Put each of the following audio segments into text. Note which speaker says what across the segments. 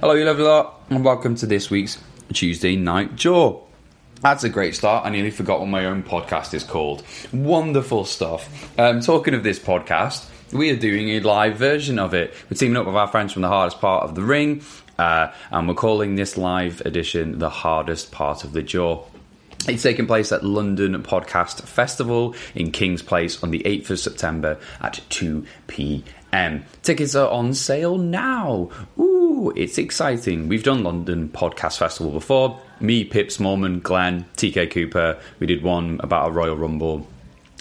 Speaker 1: Hello, you lovely lot, and welcome to this week's Tuesday Night Jaw. That's a great start. I nearly forgot what my own podcast is called. Wonderful stuff. Um, talking of this podcast, we are doing a live version of it. We're teaming up with our friends from the hardest part of the ring, uh, and we're calling this live edition the hardest part of the jaw. It's taking place at London Podcast Festival in King's Place on the 8th of September at 2 p.m. Tickets are on sale now. Ooh, it's exciting. We've done London Podcast Festival before. Me, Pip Smallman, Glenn, TK Cooper. We did one about a Royal Rumble.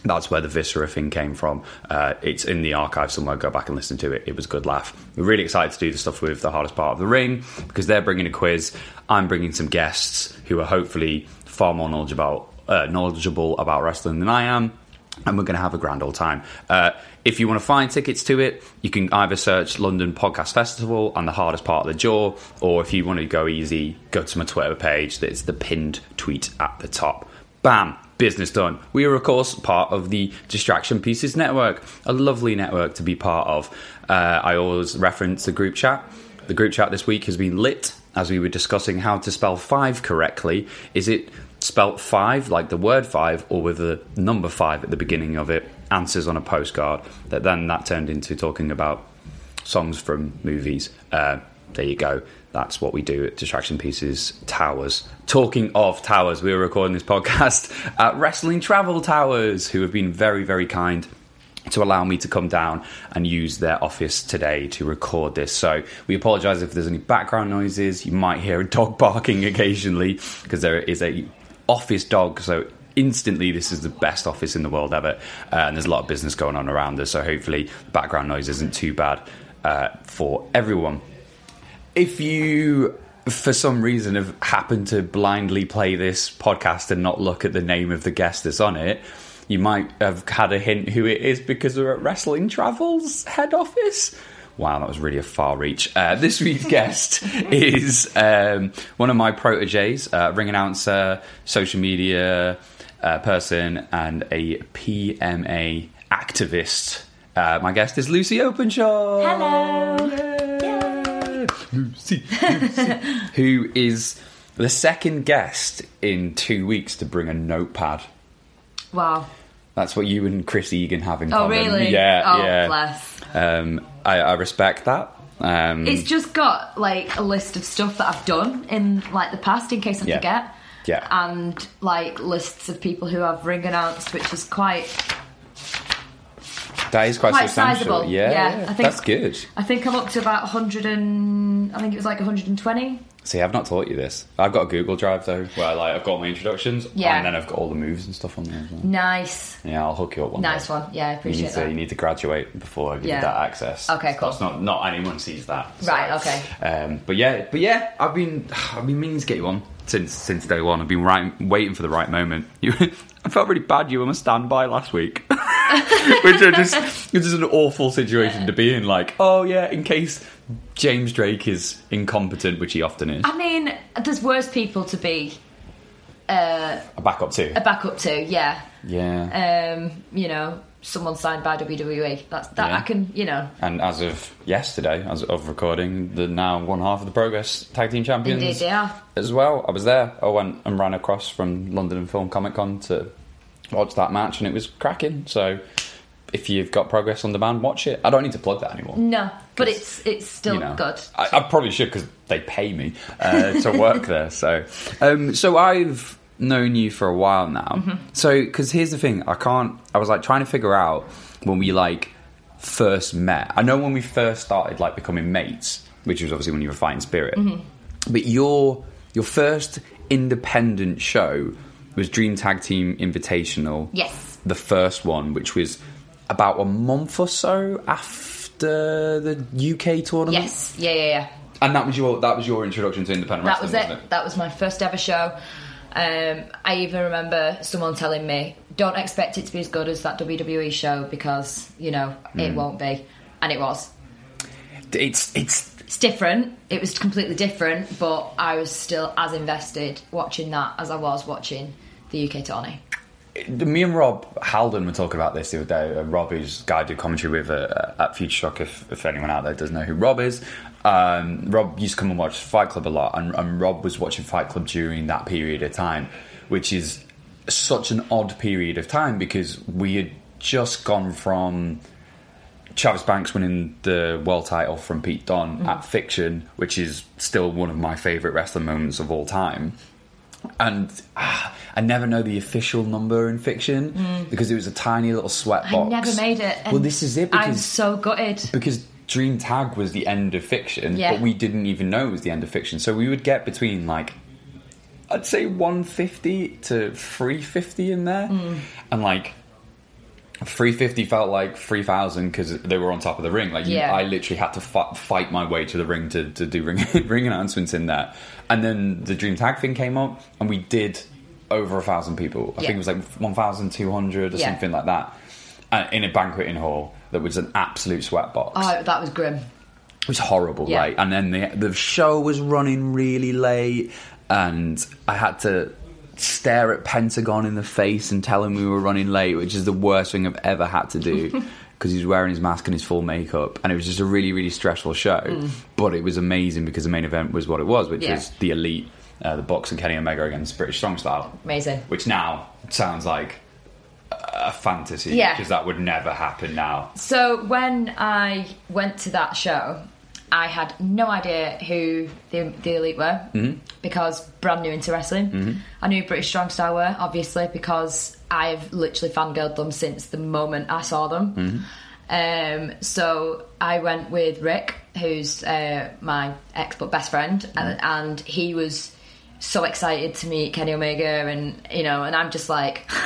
Speaker 1: That's where the Viscera thing came from. Uh, it's in the archive somewhere. Go back and listen to it. It was a good laugh. We're really excited to do the stuff with the hardest part of the ring because they're bringing a quiz. I'm bringing some guests who are hopefully far more knowledgeable, uh, knowledgeable about wrestling than I am. And we're going to have a grand old time. Uh, if you want to find tickets to it, you can either search London Podcast Festival and the hardest part of the jaw, or if you want to go easy, go to my Twitter page. That's the pinned tweet at the top. Bam! Business done. We are, of course, part of the Distraction Pieces Network, a lovely network to be part of. Uh, I always reference the group chat. The group chat this week has been lit as we were discussing how to spell five correctly. Is it spelt five, like the word five, or with the number five at the beginning of it? Answers on a postcard. That then that turned into talking about songs from movies. Uh, there you go. That's what we do at Distraction Pieces Towers. Talking of towers, we were recording this podcast at Wrestling Travel Towers, who have been very, very kind to allow me to come down and use their office today to record this. So we apologise if there's any background noises. You might hear a dog barking occasionally because there is a office dog. So instantly, this is the best office in the world ever, uh, and there's a lot of business going on around us. So hopefully, background noise isn't too bad uh, for everyone if you for some reason have happened to blindly play this podcast and not look at the name of the guest that's on it you might have had a hint who it is because we're at wrestling travels head office wow that was really a far reach uh, this week's guest is um, one of my proteges uh, ring announcer social media uh, person and a pma activist uh, my guest is lucy openshaw
Speaker 2: Hello.
Speaker 1: Lucy, who is the second guest in two weeks to bring a notepad.
Speaker 2: Wow.
Speaker 1: That's what you and Chris Egan have in
Speaker 2: Oh,
Speaker 1: common.
Speaker 2: really?
Speaker 1: Yeah,
Speaker 2: Oh,
Speaker 1: yeah.
Speaker 2: bless.
Speaker 1: Um, I, I respect that. Um,
Speaker 2: It's just got like a list of stuff that I've done in like the past in case I
Speaker 1: Yeah.
Speaker 2: forget.
Speaker 1: Yeah.
Speaker 2: And like lists of people who I've ring announced, which is quite
Speaker 1: that is quite,
Speaker 2: quite
Speaker 1: substantial.
Speaker 2: sizable.
Speaker 1: Yeah,
Speaker 2: Yeah,
Speaker 1: yeah.
Speaker 2: I think-
Speaker 1: that's good.
Speaker 2: I think I'm up to about 100 and I think it was like 120.
Speaker 1: See, I've not taught you this. I've got a Google Drive though, where like I've got all my introductions,
Speaker 2: Yeah.
Speaker 1: and then I've got all the moves and stuff on there. As well.
Speaker 2: Nice.
Speaker 1: Yeah, I'll hook you up one.
Speaker 2: Nice
Speaker 1: day.
Speaker 2: one. Yeah, I
Speaker 1: You
Speaker 2: appreciate
Speaker 1: need, to, you
Speaker 2: that.
Speaker 1: need to graduate before I give
Speaker 2: Yeah.
Speaker 1: you that access.
Speaker 2: Okay, cool.
Speaker 1: That's not not anyone sees that. so.
Speaker 2: Right, okay.
Speaker 1: Um, but yeah, but yeah, I've been I've been meaning to get you on since since day one. I've been right, waiting for the right moment. You, I felt really bad. You were my standby last week, which are just which is an awful situation to be in. Like, oh yeah, in case James Drake is incompetent, which he often is.
Speaker 2: I mean, there's worse people to be
Speaker 1: I back up too.
Speaker 2: Uh, a backup to, yeah.
Speaker 1: yeah.
Speaker 2: Um, you know, someone signed by WWE. That's that
Speaker 1: Yeah.
Speaker 2: I can, you know,
Speaker 1: And as of yesterday, as of recording, the now one half of the Progress Tag Team Champions.
Speaker 2: Indeed they are.
Speaker 1: As well, I was there. I went and ran across from London Film Comic Con to watch that match, and it was cracking. So, if you've got Progress on demand, watch it. I don't need to plug that anymore.
Speaker 2: no, but it's it's still
Speaker 1: you know.
Speaker 2: good.
Speaker 1: I, I probably should because they pay me uh, to work there. So, um, so I've known you for a while now.
Speaker 2: Mm-hmm.
Speaker 1: So, because here's the thing, I can't. I was like trying to figure out when we like first met. I know when we first started like becoming mates, which was obviously when you were fighting Spirit.
Speaker 2: Mm-hmm.
Speaker 1: But your your first independent show was Dream Tag Team Invitational.
Speaker 2: Yes.
Speaker 1: the first one, which was about a month or so after the UK tournament.
Speaker 2: Yes, yeah, yeah, yeah.
Speaker 1: And that was your that was your introduction to independent
Speaker 2: That was
Speaker 1: wrestling,
Speaker 2: it.
Speaker 1: wasn't it?
Speaker 2: That was my first ever show. Um, I even remember someone telling me, "Don't expect it to be as good as that WWE show because you know it
Speaker 1: Mm.
Speaker 2: won't be," and it was.
Speaker 1: It's it's
Speaker 2: It's different. It was completely different, but I was still as invested watching that as I was watching the UK tourney.
Speaker 1: me and Rob Halden were talking about this the other day. Uh, Rob, who's the guy I do commentary with uh, at Future Shock, if, if anyone out there doesn't know who Rob is. Um, Rob used to come and watch Fight Club a lot, and, and Rob was watching Fight Club during that period of time, which is such an odd period of time because we had just gone from Travis Banks winning the world title from Pete Dunne
Speaker 2: Mm.
Speaker 1: at Fiction, which is still one of my favourite wrestling moments of all time. And ah, I never know the official number in Fiction because it was a tiny little sweat box.
Speaker 2: Mm. I never made it.
Speaker 1: Well, this is it
Speaker 2: I'm
Speaker 1: because
Speaker 2: so gutted.
Speaker 1: because Dream Tag was the end of Fiction,
Speaker 2: Yeah.
Speaker 1: but we didn't even know it was the end of Fiction. So we would get between like I'd say 150 to 350 in there,
Speaker 2: Hmm.
Speaker 1: and like 350 felt like 3000 because they were on top of the ring like you,
Speaker 2: Yeah.
Speaker 1: i literally had to fi- fight my way to the ring to, to do ring, ring announcements in there and then the dream tag thing came up and we did over a thousand people i
Speaker 2: Yeah.
Speaker 1: think it was like 1200 or
Speaker 2: Yeah.
Speaker 1: something like that uh, in a banqueting hall that was an absolute sweat box
Speaker 2: Oh, that was grim.
Speaker 1: it was horrible,
Speaker 2: Yeah.
Speaker 1: like, and then the the show was running really late, and I had to stare at Pentagon in the face and tell him we were running late, which is the worst thing I've ever had to do because he was wearing his mask and his full makeup, and it was just a really really stressful show. But it was amazing because the main event was what it was, which
Speaker 2: Mm. Yeah.
Speaker 1: was the elite, uh, the boxing Kenny Omega against British Strong Style,
Speaker 2: Amazing.
Speaker 1: which now sounds like a fantasy
Speaker 2: Yeah.
Speaker 1: because that would never happen now.
Speaker 2: So when I went to that show, I had no idea who the, the elite were because brand new into wrestling. I knew British Strong Style were obviously because I've literally fangirled them since the moment I saw them. Um, so I went with Rick, who's uh, my ex but best friend, and, and he was so excited to meet Kenny Omega, and you know, and I'm just like.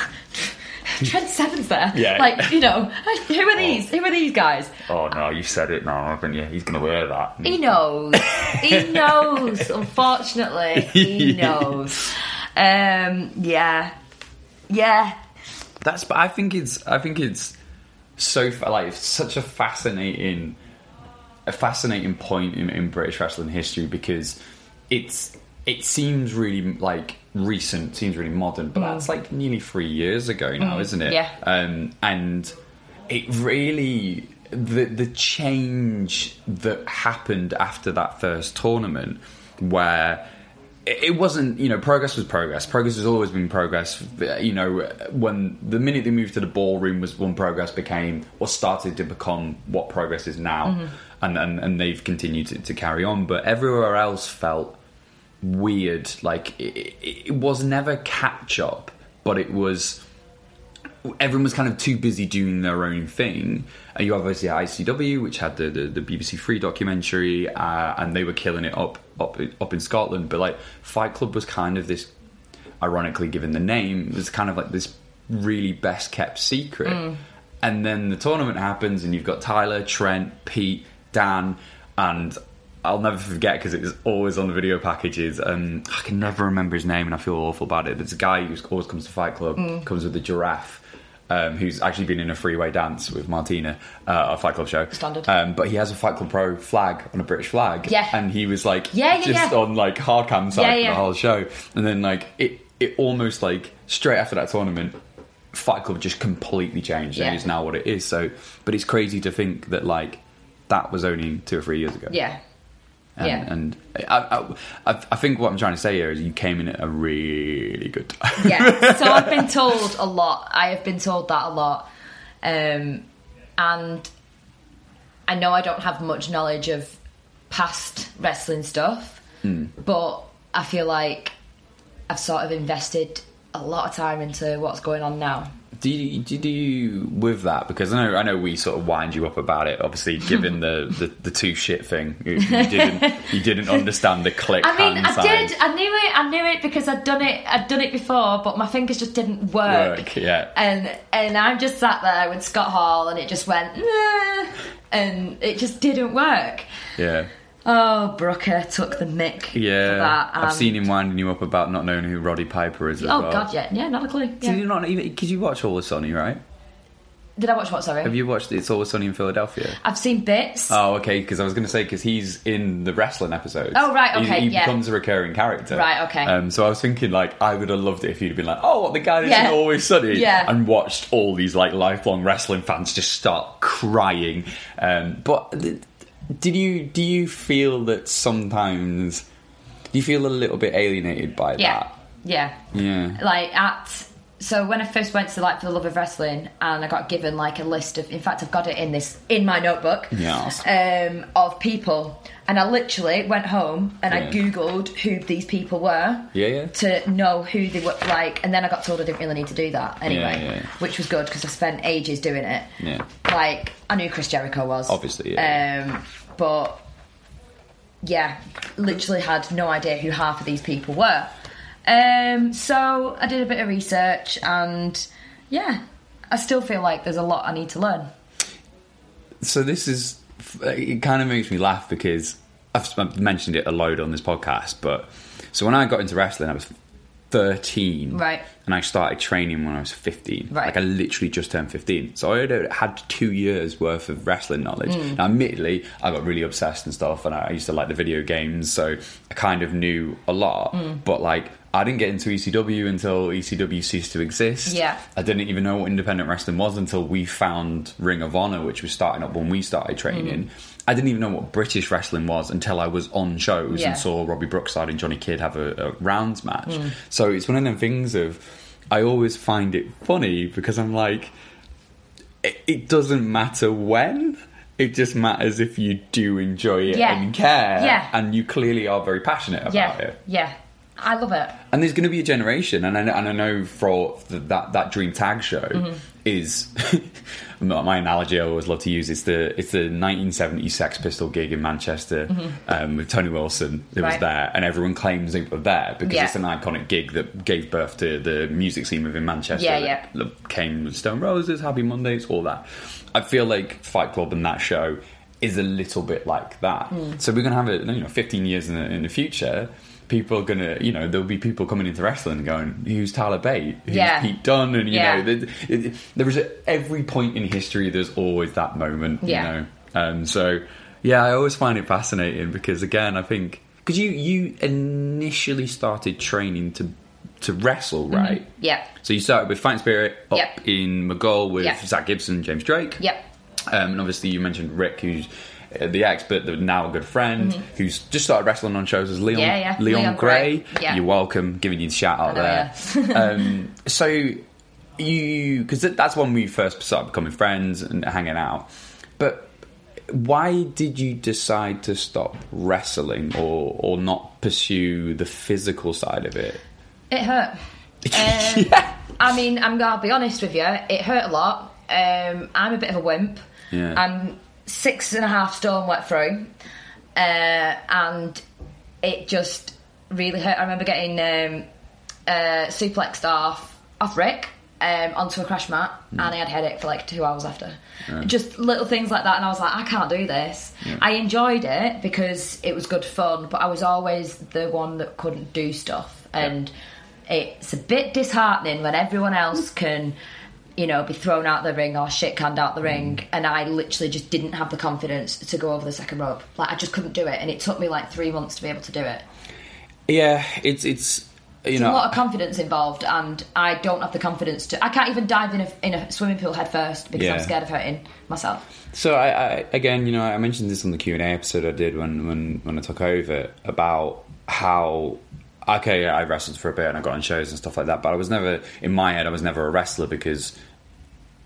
Speaker 2: Trent Seven's there.
Speaker 1: Yeah.
Speaker 2: Like, you know, who are these? Who are these guys?
Speaker 1: Oh no, you said it now, haven't you? He's gonna wear that.
Speaker 2: He knows. he knows. Unfortunately, he knows. Um, yeah, yeah.
Speaker 1: That's. But I think it's. I think it's so fa- like it's such a fascinating, a fascinating point in, in British wrestling history because it's. It seems really like recent. Seems really modern, but that's like nearly three years ago now, isn't it?
Speaker 2: Mm. yeah.
Speaker 1: Um, and it really the the change that happened after that first tournament where it it wasn't, you know, progress was progress. Progress has always been progress. You know, when the minute they moved to the ballroom was when progress became or started to become what progress is now, and, and and they've continued to, to carry on. But everywhere else felt weird. Like it, it it was never catch up, but it was everyone was kind of too busy doing their own thing. And you obviously had ICW, which had the, the, the BBC Three documentary, uh, and they were killing it up up up in Scotland. But like Fight Club was kind of this, ironically given the name, was kind of like this really best kept secret. And then the tournament happens, and you've got Tyler, Trent, Pete, Dan, and. I'll never forget because it was always on the video packages. Um, I can never remember his name, and I feel awful about it. There's a guy who always comes to Fight Club, comes with a giraffe, um, who's actually been in a freeway dance with Martina uh, at a Fight Club show.
Speaker 2: Standard.
Speaker 1: Um, but he has a Fight Club Pro flag on a British flag.
Speaker 2: Yeah.
Speaker 1: And he was like,
Speaker 2: Yeah, yeah,
Speaker 1: just
Speaker 2: yeah.
Speaker 1: on like hard cam side
Speaker 2: Yeah,
Speaker 1: for
Speaker 2: yeah.
Speaker 1: the whole show. And then like it, it almost like straight after that tournament, Fight Club just completely changed
Speaker 2: Yeah.
Speaker 1: and is now what it is. So, but it's crazy to think that like that was only two or three years ago.
Speaker 2: yeah.
Speaker 1: And,
Speaker 2: yeah.
Speaker 1: and I, I, I- I think what I'm trying to say here is you came in at a really good time.
Speaker 2: yeah. So I've been told a lot. I have been told that a lot, um, and I know I don't have much knowledge of past wrestling stuff, but I feel like I've sort of invested a lot of time into what's going on now.
Speaker 1: Do you, do you do with that? Because I know I know we sort of wind you up about it. Obviously, given the, the, the two shit thing, you, you didn't you didn't understand the click.
Speaker 2: I mean,
Speaker 1: hand
Speaker 2: I
Speaker 1: sign.
Speaker 2: did. I knew it. I knew it because I'd done it. I'd done it before, but my fingers just didn't work.
Speaker 1: Work, yeah.
Speaker 2: And and I'm just sat there with Scott Hall, and it just went, nah, and it just didn't work.
Speaker 1: Yeah,
Speaker 2: Oh, Brooker took the mick.
Speaker 1: yeah.
Speaker 2: For that. um,
Speaker 1: I've seen him winding you up about not knowing who Roddy Piper is. As
Speaker 2: Oh
Speaker 1: well.
Speaker 2: God, yeah, yeah, not a clue.
Speaker 1: Did you
Speaker 2: Yeah.
Speaker 1: not even? Because you watch All the Sunny, right?
Speaker 2: Did I watch what? Sorry,
Speaker 1: Have you watched It's Always Sunny in Philadelphia?
Speaker 2: I've seen bits.
Speaker 1: Oh, okay. Because I was going to say because he's in the wrestling episodes.
Speaker 2: Oh, right,
Speaker 1: He-
Speaker 2: okay,
Speaker 1: He,
Speaker 2: yeah.
Speaker 1: becomes a recurring character.
Speaker 2: Right, okay.
Speaker 1: Um, so I was thinking like I would have loved it if you'd been like, oh, what the guy that's
Speaker 2: Yeah.
Speaker 1: in always sunny,
Speaker 2: Yeah.
Speaker 1: and watched all these like lifelong wrestling fans just start crying. Um, but th- did you do you feel that sometimes do you feel a little bit alienated by
Speaker 2: yeah, yeah,
Speaker 1: that? Yeah.
Speaker 2: Like at so when I first went to like for the love of wrestling, and I got given like a list of. In fact, I've got it in this in my notebook.
Speaker 1: Yes.
Speaker 2: Um, of people, and I literally went home and
Speaker 1: Yeah.
Speaker 2: I googled who these people were.
Speaker 1: Yeah, yeah.
Speaker 2: To know who they were like, and then I got told I didn't really need to do that anyway,
Speaker 1: yeah, yeah.
Speaker 2: which was good because I spent ages doing it.
Speaker 1: Yeah.
Speaker 2: like I knew Chris Jericho was
Speaker 1: Obviously, yeah.
Speaker 2: Um, but yeah, literally had no idea who half of these people were. Um, so I did a bit of research, and yeah, I still feel like there's a lot I need to learn.
Speaker 1: so this is it kind of makes me laugh because I've sp- I've mentioned it a load on this podcast but so when I got into wrestling I was 13
Speaker 2: Right.
Speaker 1: and I started training when I was 15
Speaker 2: Right.
Speaker 1: like I literally just turned 15 so I had, had two years worth of wrestling knowledge
Speaker 2: Mm.
Speaker 1: now admittedly I got really obsessed and stuff and I used to like the video games so I kind of knew a lot
Speaker 2: Mm.
Speaker 1: but like I didn't get into ECW until ECW ceased to exist
Speaker 2: Yeah.
Speaker 1: I didn't even know what independent wrestling was until we found Ring of Honor, which was starting up when we started training.
Speaker 2: Mm.
Speaker 1: I didn't even know what British wrestling was until I was on shows
Speaker 2: Yeah. Mm.
Speaker 1: and saw Robbie Brookside and Johnny Kidd have a, a rounds match. So it's one of them things of I always find it funny because I'm like, it, it doesn't matter when. It just matters if you do enjoy it
Speaker 2: Yeah.
Speaker 1: and care,
Speaker 2: Yeah.
Speaker 1: and you clearly are very passionate about
Speaker 2: yeah,
Speaker 1: it
Speaker 2: yeah, I love it.
Speaker 1: and there's going to be a generation, and I know, and I know for th that that Dream Tag show
Speaker 2: Mm-hmm.
Speaker 1: is my my analogy I always love to use. It's the it's the 1970 Sex Pistol gig in Manchester um, with Tony Wilson who was
Speaker 2: Mm-hmm. Right.
Speaker 1: there, and everyone claims they were there because
Speaker 2: Yeah.
Speaker 1: it's an iconic gig that gave birth to the music scene within Manchester.
Speaker 2: Yeah,
Speaker 1: that
Speaker 2: yeah.
Speaker 1: lo- Came with Stone Roses, Happy Mondays, all that. I feel like Fight Club and that show is a little bit like that.
Speaker 2: Hmm.
Speaker 1: So we're going to have it, you know, 15 years in the, in the future. People are going to, you know, there'll be people coming into wrestling and going, who's Tyler Bate? Who's
Speaker 2: Yeah.
Speaker 1: Pete Dunne? And, you
Speaker 2: Yeah.
Speaker 1: know, th- th- th- there is a, every point in history, there's always that moment,
Speaker 2: Yeah.
Speaker 1: you know. Um, so, yeah, I always find it fascinating because, again, I think, because you, you initially started training to, to wrestle, right?
Speaker 2: Mm-hmm. Yeah,
Speaker 1: So you started with Fighting Spirit up
Speaker 2: Yep.
Speaker 1: in McGall with
Speaker 2: Yep.
Speaker 1: Zach Gibson, James Drake.
Speaker 2: Yep.
Speaker 1: Um, and obviously you mentioned Rick, who's uh, the expert, the now a good friend, who's just started wrestling on shows as Leon
Speaker 2: Mm-hmm. Yeah, yeah.
Speaker 1: Leon,
Speaker 2: Leon
Speaker 1: Gray.
Speaker 2: Gray. Yeah.
Speaker 1: You're welcome, giving you the shout out
Speaker 2: know,
Speaker 1: there. um, so you because that's when we first started becoming friends and hanging out. But why did you decide to stop wrestling or or not pursue the physical side of it?
Speaker 2: it hurt. Um, I mean, I'm gonna be honest with you. It hurt a lot. Um, I'm a bit of a wimp.
Speaker 1: Yeah.
Speaker 2: I'm six and a half stone wet through, uh, and it just really hurt. I remember getting um, uh, suplexed off off Rick um, onto a crash mat, and I had a headache for like two hours after. Just little things like that, and I was like, I can't do this. I enjoyed it because it was good fun, but I was always the one that couldn't do stuff, and it's a bit disheartening when everyone else can. You know, be thrown out the ring or shit canned out the ring, and I literally just didn't have the confidence to go over the second rope. Like, I just couldn't do it, and it took me like three months to be able to do it.
Speaker 1: Yeah, it's it's you
Speaker 2: There's
Speaker 1: know,
Speaker 2: a lot of confidence involved, and I don't have the confidence to. I can't even dive in a, in a swimming pool head first because I'm
Speaker 1: Yeah.
Speaker 2: scared of hurting myself.
Speaker 1: So I, I again, you know, I mentioned this on the Q and A episode I did when, when when I took over about how okay, I wrestled for a bit and I got on shows and stuff like that, but I was never in my head. I was never a wrestler because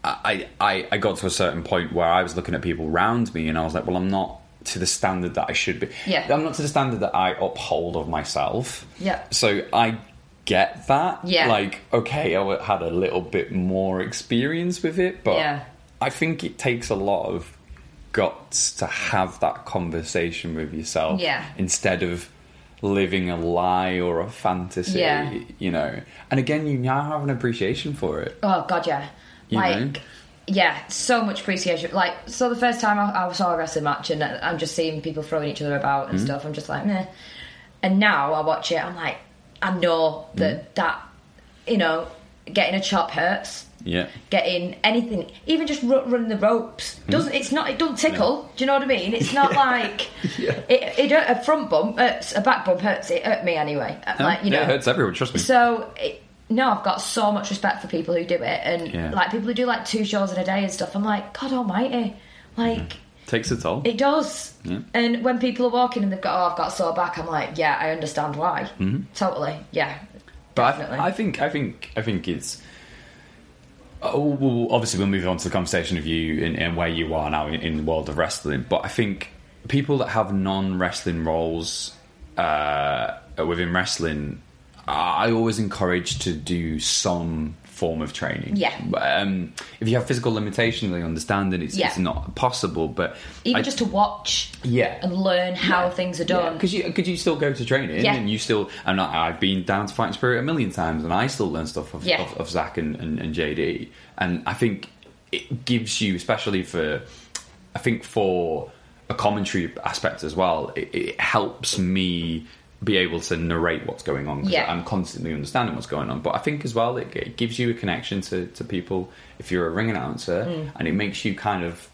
Speaker 1: I I, I got to a certain point where I was looking at people around me and I was like, well, I'm not to the standard that I should be.
Speaker 2: Yeah.
Speaker 1: I'm not to the standard that I uphold of myself.
Speaker 2: Yeah.
Speaker 1: So I get that.
Speaker 2: Yeah.
Speaker 1: Like okay, I had a little bit more experience with it, but
Speaker 2: Yeah.
Speaker 1: I think it takes a lot of guts to have that conversation with yourself
Speaker 2: Yeah.
Speaker 1: instead of living a lie or a fantasy,
Speaker 2: Yeah.
Speaker 1: you know. And again, you now have an appreciation for it.
Speaker 2: Oh God, yeah,
Speaker 1: You
Speaker 2: like
Speaker 1: know?
Speaker 2: yeah, so much appreciation. Like so, the first time I, I saw a wrestling match, and I'm just seeing people throwing each other about
Speaker 1: Hmm.
Speaker 2: and stuff. I'm just like, meh. And now I watch it, I'm like, I know
Speaker 1: Hmm.
Speaker 2: that that you know, getting a chop hurts.
Speaker 1: Yeah.
Speaker 2: getting anything, even just ru- running the ropes.
Speaker 1: Hmm.
Speaker 2: Doesn't it's not it don't tickle? Do you know what I mean? It's not like it, it. hurt- A front bump, hurts, a back bump hurts. It hurt me anyway. uh, Like you know,
Speaker 1: yeah, it hurts everyone, trust me.
Speaker 2: So it, no, I've got so much respect for people who do it, and
Speaker 1: Yeah.
Speaker 2: like people who do like two shows in a day and stuff. I'm like, God Almighty, like.
Speaker 1: Takes a toll.
Speaker 2: It does. And when people are walking and they've got, oh, I've got a sore back, I'm like, yeah, I understand why.
Speaker 1: Mm-hmm.
Speaker 2: Totally. Yeah.
Speaker 1: But
Speaker 2: definitely.
Speaker 1: I, I think I think I think it's. Oh, well, obviously, we'll move on to the conversation of you and, and where you are now in, in the world of wrestling. But I think people that have non-wrestling roles uh, within wrestling, I I always encourage to do some form of training.
Speaker 2: Yeah.
Speaker 1: Um, if you have physical limitations, I understand that it's,
Speaker 2: Yeah.
Speaker 1: it's not possible. But
Speaker 2: Even
Speaker 1: I-
Speaker 2: just to watch
Speaker 1: yeah,
Speaker 2: and learn how things are done.
Speaker 1: because you could you still go to training
Speaker 2: Yeah.
Speaker 1: and you still and I, I've been down to Fighting Spirit a million times and I still learn stuff of
Speaker 2: Yeah.
Speaker 1: of, of Zach and, and, and JD and I think it gives you especially for I think for a commentary aspect as well it, it helps me be able to narrate what's going on 'cause
Speaker 2: Yeah.
Speaker 1: I'm constantly understanding what's going on but I think as well it, it gives you a connection to, to people if you're a ring announcer
Speaker 2: Mm.
Speaker 1: and it makes you kind of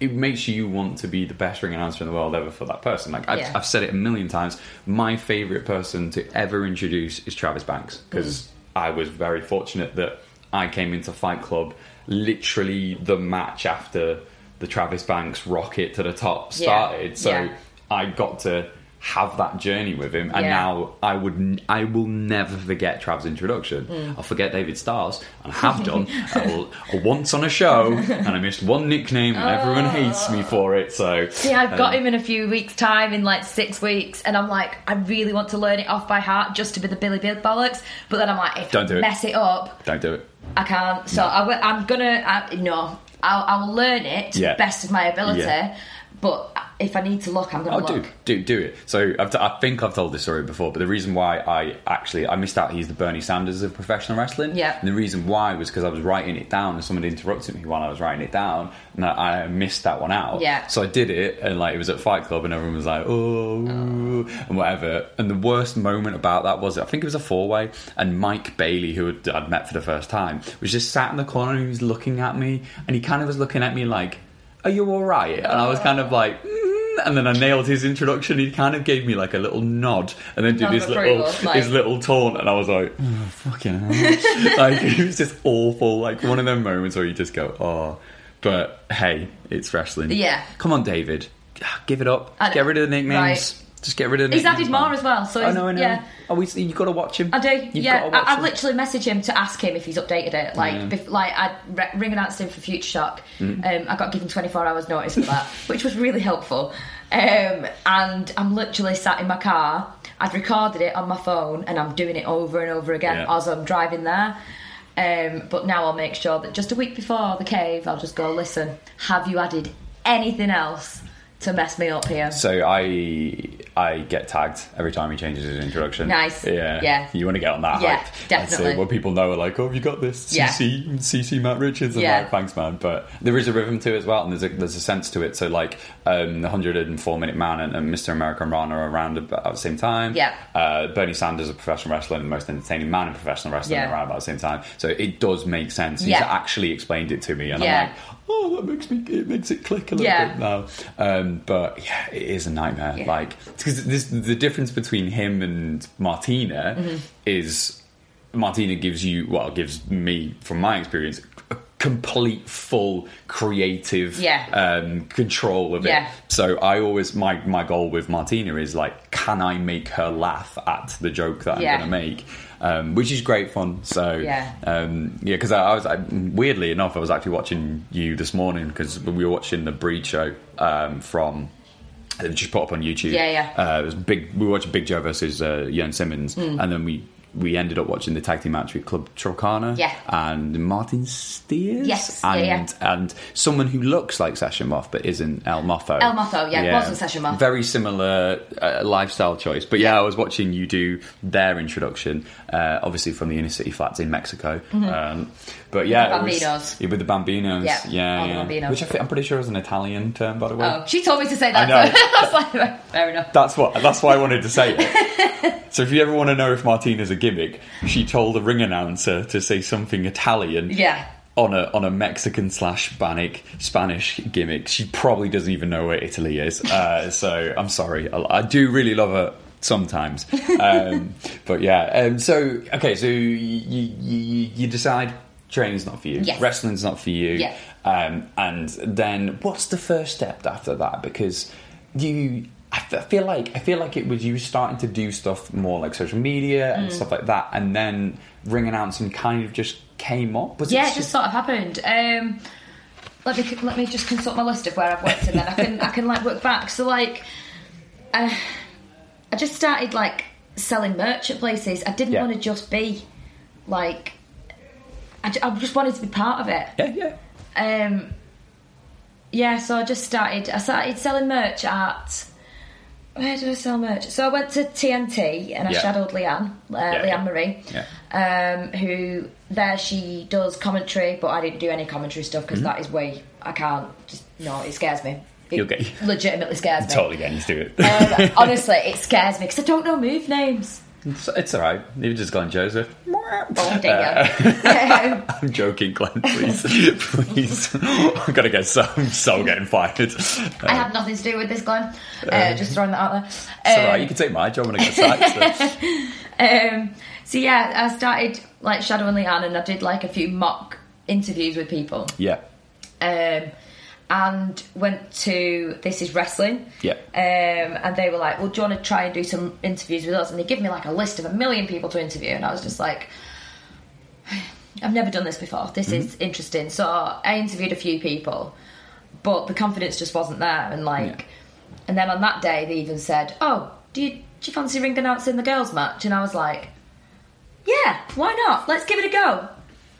Speaker 1: it makes you want to be the best ring announcer in the world ever for that person like I've,
Speaker 2: Yeah.
Speaker 1: I've said it a million times. My favorite person to ever introduce is Travis Banks
Speaker 2: Mm.
Speaker 1: because I was very fortunate that I came into Fight Club literally the match after the Travis Banks rocket to the top
Speaker 2: Yeah.
Speaker 1: started. So
Speaker 2: Yeah.
Speaker 1: I got to have that journey with him, and
Speaker 2: Yeah.
Speaker 1: now I would n- I will never forget Trav's introduction.
Speaker 2: Mm.
Speaker 1: I'll forget David Starr's, and I have done. I will, once on a show, and I missed one nickname, and everyone hates me for it. So
Speaker 2: Oh. See, I've
Speaker 1: Um,
Speaker 2: got him in a few weeks' time, in like six weeks, and I'm like, I really want to learn it off by heart just to be the Billy Bill Bollocks. But then I'm like, if
Speaker 1: Don't do
Speaker 2: I
Speaker 1: it.
Speaker 2: mess it up,
Speaker 1: don't do it.
Speaker 2: I can't. So I will, I'm gonna, I, no, I'll, I'll learn it to
Speaker 1: Yeah.
Speaker 2: the best of my ability.
Speaker 1: Yeah.
Speaker 2: But if I need to look, I'm gonna
Speaker 1: Oh,
Speaker 2: look.
Speaker 1: do do do it. So I've t- I think I've told this story before, but the reason why I actually I missed out he's the Bernie Sanders of professional wrestling.
Speaker 2: Yeah.
Speaker 1: And the reason why was because I was writing it down and somebody interrupted me while I was writing it down, and I, I missed that one out.
Speaker 2: Yeah.
Speaker 1: So I did it, and like it was at Fight Club, and everyone was like, oh, and whatever. And the worst moment about that was I think it was a four way, and Mike Bailey, who had, I'd met for the first time, was just sat in the corner and he was looking at me, and he kind of was looking at me like. Are you all right? And I was kind of like, "Mm," and then I nailed his introduction. He kind of gave me like a little nod, and then did
Speaker 2: Nod
Speaker 1: his
Speaker 2: of
Speaker 1: little
Speaker 2: approval, like-
Speaker 1: his little taunt, and I was like, oh, fucking hell. like it was just awful. Like one of them moments where you just go, oh. But hey, it's wrestling.
Speaker 2: Yeah.
Speaker 1: Come on, David. Ah, Give it up.
Speaker 2: I know.
Speaker 1: Get rid of the nicknames.
Speaker 2: Right.
Speaker 1: Just get rid of the
Speaker 2: He's
Speaker 1: nicknames,
Speaker 2: added
Speaker 1: man.
Speaker 2: more as well, so
Speaker 1: I
Speaker 2: he's-
Speaker 1: know, I know.
Speaker 2: yeah.
Speaker 1: Oh, he's, you've got to watch him.
Speaker 2: I do,
Speaker 1: You've
Speaker 2: yeah.
Speaker 1: gotta watch
Speaker 2: I, I've
Speaker 1: him.
Speaker 2: literally messaged him to ask him if he's updated it. Like, bef- like I re- ring announced him for Future Shock.
Speaker 1: Mm.
Speaker 2: Um, I got given 24 hours notice for that, which was really helpful. Um, and I'm literally sat in my car. I'd recorded it on my phone, and I'm doing it over and over again
Speaker 1: Yeah.
Speaker 2: as I'm driving there. Um, but now I'll make sure that just a week before the cave, I'll just go listen. Have you added anything else to mess me up here?
Speaker 1: So I I get tagged every time he changes his introduction.
Speaker 2: Nice.
Speaker 1: Yeah.
Speaker 2: Yeah.
Speaker 1: You want to get on that
Speaker 2: Yeah,
Speaker 1: hype.
Speaker 2: definitely.
Speaker 1: So what people know are like, oh, have you got this?
Speaker 2: Yeah.
Speaker 1: CC, CC Matt Richards. I'm
Speaker 2: Yeah.
Speaker 1: like, thanks, man. But there is a rhythm to it as well, and there's a, there's a sense to it. So like um, the 104 Minute Man and, and Mr. American Ron are around about at the same time.
Speaker 2: Yeah.
Speaker 1: Uh, Bernie Sanders, a professional wrestler and the most entertaining man in professional wrestling,
Speaker 2: Yeah.
Speaker 1: around about the same time. So it does make sense.
Speaker 2: Yeah.
Speaker 1: He's actually explained it to me, and
Speaker 2: Yeah.
Speaker 1: I'm like, oh, that makes me it makes it click a little
Speaker 2: Yeah.
Speaker 1: bit now. Um, but yeah, it is a nightmare.
Speaker 2: Yeah.
Speaker 1: Like because this the difference between him and Martina
Speaker 2: Mm-hmm.
Speaker 1: is Martina gives you well gives me from my experience. a Complete, full, creative
Speaker 2: Yeah.
Speaker 1: um, control of
Speaker 2: Yeah.
Speaker 1: it. So I always my my goal with Martina is like, can I make her laugh at the joke that
Speaker 2: Yeah.
Speaker 1: I'm going to make? Um, which is great fun. So
Speaker 2: Yeah.
Speaker 1: um, yeah, because I, I was I, weirdly enough, I was actually watching you this morning because we were watching the Breed show um, from. It was just put up on YouTube.
Speaker 2: Yeah, yeah.
Speaker 1: Uh, it was big. We were watching Big Joe versus uh, Jan Simmons,
Speaker 2: Hmm.
Speaker 1: and then we we ended up watching the tag team match with Club Trocana.
Speaker 2: Yeah.
Speaker 1: and Martin Steers.
Speaker 2: Yes, yeah,
Speaker 1: and
Speaker 2: yeah.
Speaker 1: and someone who looks like Sasha Moff but isn't El Moffo.
Speaker 2: El Moffo, yeah, wasn't Sasha Moff.
Speaker 1: Very similar uh, lifestyle choice. But yeah, I was watching you do their introduction, uh, obviously from the inner city flats in Mexico. Um, but yeah,
Speaker 2: Mm-hmm. The
Speaker 1: it was-
Speaker 2: Bambinos.
Speaker 1: yeah, with the Bambinos.
Speaker 2: Yeah,
Speaker 1: Yeah, yeah,
Speaker 2: all the Bambinos.
Speaker 1: which I think, I'm pretty sure is an Italian term, by the way.
Speaker 2: Oh, she told me to say
Speaker 1: I
Speaker 2: that.
Speaker 1: know.
Speaker 2: So I was like, fair enough.
Speaker 1: That's what. That's why I wanted to say it. so if you ever want to know if Martina's a gimmick, she told the ring announcer to say something Italian.
Speaker 2: Yeah.
Speaker 1: On a on a Mexican slash Spanish Spanish gimmick. She probably doesn't even know where Italy is. Uh, so I'm sorry. I, I do really love her sometimes. Um, but yeah. Um, so okay. So you, you you you decide training's not for you.
Speaker 2: Yes.
Speaker 1: Wrestling's not for you.
Speaker 2: Yeah.
Speaker 1: Um, and then what's the first step after that? Because you, I f- I feel like I feel like it was you starting to do stuff more like social media
Speaker 2: Mm.
Speaker 1: and stuff like that, and then ring announcing kind of just came up. Was
Speaker 2: Yeah, it just sort of happened. Um, let me let me just consult my list of where I've worked, and then I can I can like work back. So like, uh, I just started like selling merch at places. I didn't
Speaker 1: Yeah.
Speaker 2: want to just be like, I, ju- I just wanted to be part of it.
Speaker 1: yeah, yeah.
Speaker 2: Um, yeah, so I just started. I started selling merch at. Where did I sell merch? So I went to TNT and I
Speaker 1: Yeah.
Speaker 2: shadowed Leanne, uh, Leanne
Speaker 1: yeah.
Speaker 2: Marie,
Speaker 1: Yeah.
Speaker 2: um, who there she does commentary, but I didn't do any commentary stuff
Speaker 1: Mm-hmm.
Speaker 2: because is way I can't. Just no, it scares me. It
Speaker 1: You're gay.
Speaker 2: legitimately scares me.
Speaker 1: Totally getting used to it.
Speaker 2: Um, honestly, it scares me because I don't know move names.
Speaker 1: it's, it's all right. You've just gone, Joseph.
Speaker 2: Oh, there you
Speaker 1: Uh.
Speaker 2: go. Um,
Speaker 1: I'm joking, Glenn. Please, please. I've got to get so I'm so getting fired. Uh,
Speaker 2: I have nothing to do with this, Glenn. Uh, just throwing that out there.
Speaker 1: it's all
Speaker 2: Um,
Speaker 1: right. You can take my job when I get sacked. so-
Speaker 2: Um, so yeah, I started like shadowing Leanne, and I did like a few mock interviews with people,
Speaker 1: yeah.
Speaker 2: um, and went to This Is Wrestling.
Speaker 1: Yeah.
Speaker 2: Um, and they were like, "Well, do you want to try and do some interviews with us?" And they give me like a list of a million people to interview, and I was just like. I've never done this before. This is interesting. So I interviewed a few people, but the confidence just wasn't there. And like, and then on that day they even said, "Oh, do you, do you fancy ring announcing the girls' match?" And I was like, "Yeah, why not? Let's give it a go.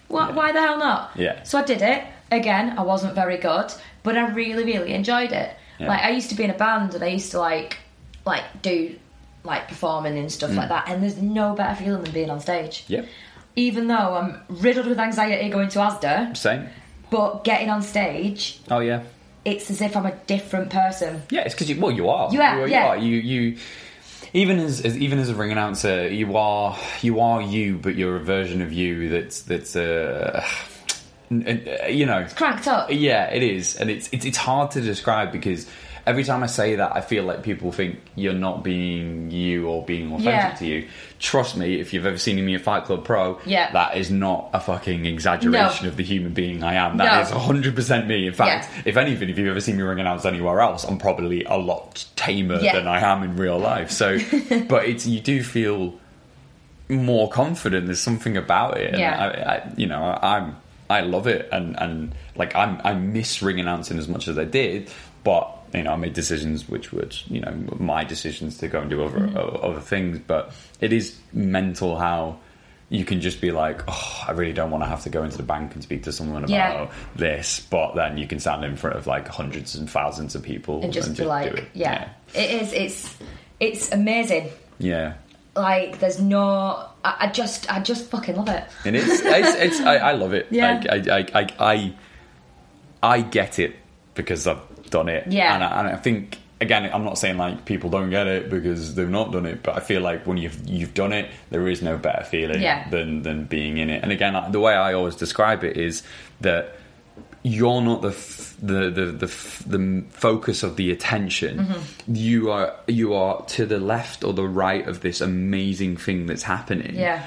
Speaker 2: Why,
Speaker 1: Yeah.
Speaker 2: why the hell not?"
Speaker 1: Yeah.
Speaker 2: So I did it again. I wasn't very good, but I really, really enjoyed it.
Speaker 1: Yeah.
Speaker 2: Like I used to be in a band, and I used to like, like do, like performing and stuff like that. And there's no better feeling than being on stage
Speaker 1: Mm. Yep.
Speaker 2: even though I'm riddled with anxiety going to ASDA,
Speaker 1: Same.
Speaker 2: but getting on stage,
Speaker 1: Oh yeah.
Speaker 2: it's as if I'm a different person.
Speaker 1: Yeah, it's because you. Well, you are.
Speaker 2: You are,
Speaker 1: You,
Speaker 2: yeah.
Speaker 1: are. You you. Even as, as even as a ring announcer, you are you are you, but you're a version of you that's that's uh, n- uh, you know
Speaker 2: Cranked up.
Speaker 1: yeah, it is, and it's it's, it's hard to describe because every time I say that, I feel like people think you're not being you or being authentic
Speaker 2: Yeah.
Speaker 1: to you. Trust me, if you've ever seen me at Fight Club Pro,
Speaker 2: Yeah.
Speaker 1: that is not a fucking exaggeration
Speaker 2: No.
Speaker 1: of the human being I am.
Speaker 2: No.
Speaker 1: That is hundred percent me. In fact,
Speaker 2: Yeah.
Speaker 1: if anything, if you've ever seen me ring announce anywhere else, I'm probably a lot tamer
Speaker 2: Yeah.
Speaker 1: than I am in real life. So, but it's you do feel more confident. There's something about it. And
Speaker 2: Yeah.
Speaker 1: I, I, you know, I, I'm I love it, and and like I'm I miss ring announcing as much as I did, but you know I made decisions which were you know my decisions to go and do other
Speaker 2: Mm-hmm.
Speaker 1: other things. But it is mental how. You can just be like, oh, I really don't want to have to go into the bank and speak to someone about
Speaker 2: Yeah.
Speaker 1: this, but then you can stand in front of like hundreds and thousands of people
Speaker 2: And just be
Speaker 1: do
Speaker 2: like,
Speaker 1: it.
Speaker 2: yeah, it is. It's it's amazing.
Speaker 1: yeah,
Speaker 2: Like, there's no. I, I just, I just fucking love it.
Speaker 1: and it's it's, it's I, I love it.
Speaker 2: Yeah.
Speaker 1: Like, I, I I I I get it because I've done it.
Speaker 2: Yeah.
Speaker 1: and I, and I think again, I'm not saying like people don't get it because they've not done it, but I feel like when you've you've done it, there is no better feeling
Speaker 2: Yeah.
Speaker 1: than than being in it. And again, I- the way I always describe it is that you're not the f- the the the, f- the m- focus of the attention.
Speaker 2: Mm-hmm.
Speaker 1: You are you are to the left or the right of this amazing thing that's happening.
Speaker 2: Yeah.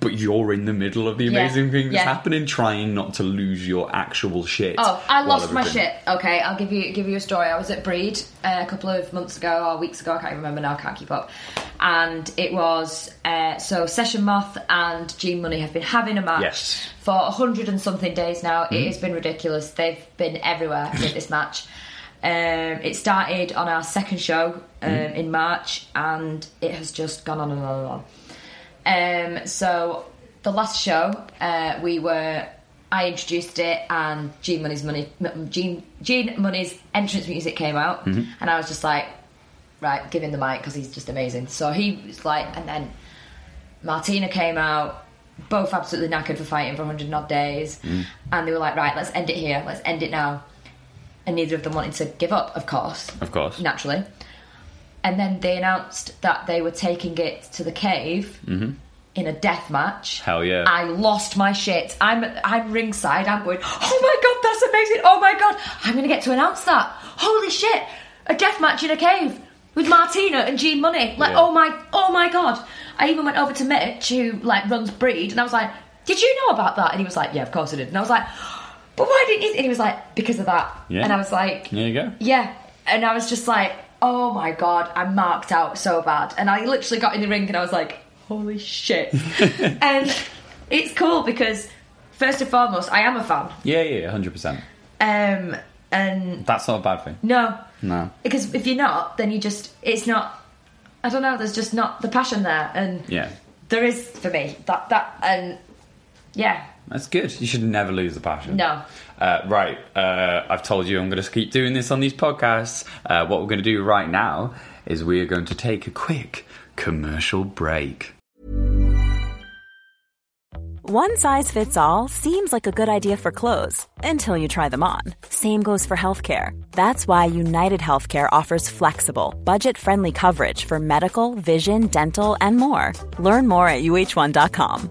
Speaker 1: But you're in the middle of the
Speaker 2: Yeah,
Speaker 1: amazing thing that's
Speaker 2: yeah.
Speaker 1: happening, trying not to lose your actual shit.
Speaker 2: Oh, I
Speaker 1: while
Speaker 2: lost my
Speaker 1: everything-
Speaker 2: shit. Okay, I'll give you give you a story. I was at Breed uh, a couple of months ago or weeks ago. I can't remember now. I can't keep up. And it was uh, so Session Moth and Gene Money have been having a match
Speaker 1: Yes.
Speaker 2: for a hundred and something days now. It has been ridiculous. They've been everywhere with this match. Um, it started on our second show um, in March, and it has just gone on and on and on. Um, so the last show, uh, we were. I introduced it, and Gene Money's money, M- Gene Gene Money's entrance music came out, and I was just like, right, give him the mic because he's just amazing. So he was like, and then Martina came out, both absolutely knackered for fighting for 100 and odd days, and they were like, right, let's end it here, let's end it now. And neither of them wanted to give up, of course.
Speaker 1: Of course.
Speaker 2: Naturally. And then they announced that they were taking it to the cave in a death match.
Speaker 1: Mm-hmm. Hell yeah.
Speaker 2: I lost my shit. I'm I'm ringside. I'm going, oh my god, that's amazing. Oh my god, I'm going to get to announce that. Holy shit, a death match in a cave with Martina and Gene Money. Like,
Speaker 1: Yeah.
Speaker 2: oh my, oh my god. I even went over to Mitch, who like runs Breed, and I was like, did you know about that? And he was like, yeah, of course I did. And I was like, but why didn't you? And he was like, because of that.
Speaker 1: Yeah.
Speaker 2: And I was like,
Speaker 1: There you go.
Speaker 2: yeah. And I was just like, oh my god, I'm marked out so bad. And I literally got in the ring and I was like, holy shit. and it's cool because, first and foremost, I am a fan.
Speaker 1: Yeah, yeah, hundred percent.
Speaker 2: Um, and
Speaker 1: That's not a bad thing.
Speaker 2: no.
Speaker 1: No.
Speaker 2: Because if you're not, then you just, it's not, I don't know, there's just not the passion there. And
Speaker 1: Yeah,
Speaker 2: there is for me. That, that, and yeah.
Speaker 1: that's good. You should never lose the passion.
Speaker 2: No.
Speaker 1: Uh, right, uh, I've told you I'm going to keep doing this on these podcasts. Uh, what we're going to do right now is we are going to take a quick commercial break.
Speaker 3: One size fits all seems like a good idea for clothes until you try them on. Same goes for healthcare. That's why United Healthcare offers flexible, budget friendly coverage for medical, vision, dental, and more. Learn more at uh1.com.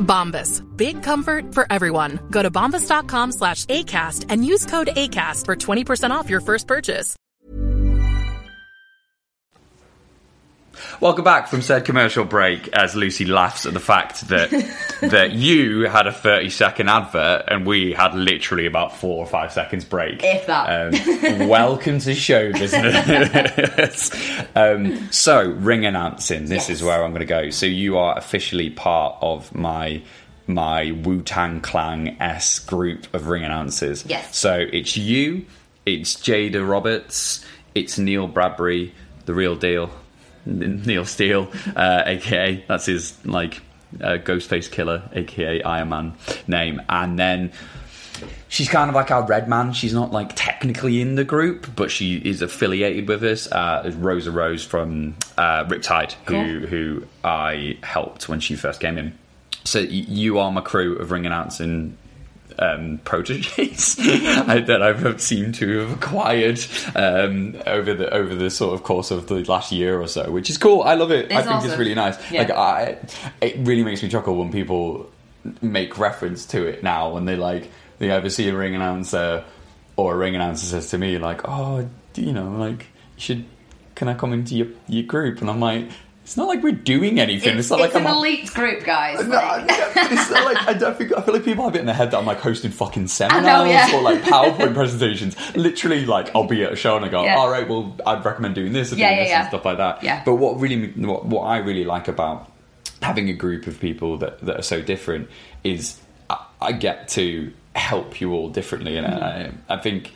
Speaker 4: Bombas. Big comfort for everyone. Go to bombas.com slash ACAST and use code ACAST for 20% off your first purchase.
Speaker 1: Welcome back from said commercial break as Lucy laughs at the fact that that you had a 30 second advert and we had literally about four or five seconds break.
Speaker 2: If that.
Speaker 1: Um, welcome to show business. um, so, ring announcing. This is
Speaker 2: Yes.
Speaker 1: where I'm going to go. So, you are officially part of my my Wu Tang Clan s group of ring announcers.
Speaker 2: Yes.
Speaker 1: So it's you, it's Jada Roberts, it's Neil Bradbury, the real deal, N- Neil Steele, uh, aka that's his like uh, Ghostface Killer, aka Iron Man name, and then she's kind of like our red man. She's not like technically in the group, but she is affiliated with us. Uh, is Rosa Rose from uh, Riptide, who who I helped when she first came in. So y- you are my crew of ring announcing um, proteges I- that I've seemed to have acquired um, over the over the sort of course of the last year or so, which is cool. I love it. I
Speaker 2: It's
Speaker 1: think it's
Speaker 2: awesome.
Speaker 1: really nice.
Speaker 2: Yeah.
Speaker 1: Like I, it really makes me chuckle when people make reference to it now when they like they either see a ring announcer or a ring announcer says to me like, oh, do you know, like you should can I come into your your group? And I'm like. It's not like we're doing anything. It's,
Speaker 2: It's,
Speaker 1: not like
Speaker 2: it's
Speaker 1: I'm.
Speaker 2: an elite group, guys.
Speaker 1: No,
Speaker 2: like-
Speaker 1: it's not like I don't think I feel like people have it in their head that I'm like hosting fucking seminars
Speaker 2: yeah.
Speaker 1: or like PowerPoint presentations. Literally, like I'll be at a show and I go,
Speaker 2: Yeah.
Speaker 1: "All right, well, I'd recommend doing this and
Speaker 2: Yeah,
Speaker 1: doing
Speaker 2: yeah,
Speaker 1: this and
Speaker 2: yeah.
Speaker 1: stuff like that."
Speaker 2: Yeah.
Speaker 1: But what really, what, what I really like about having a group of people that that are so different is I, I get to help you all differently, and I, I think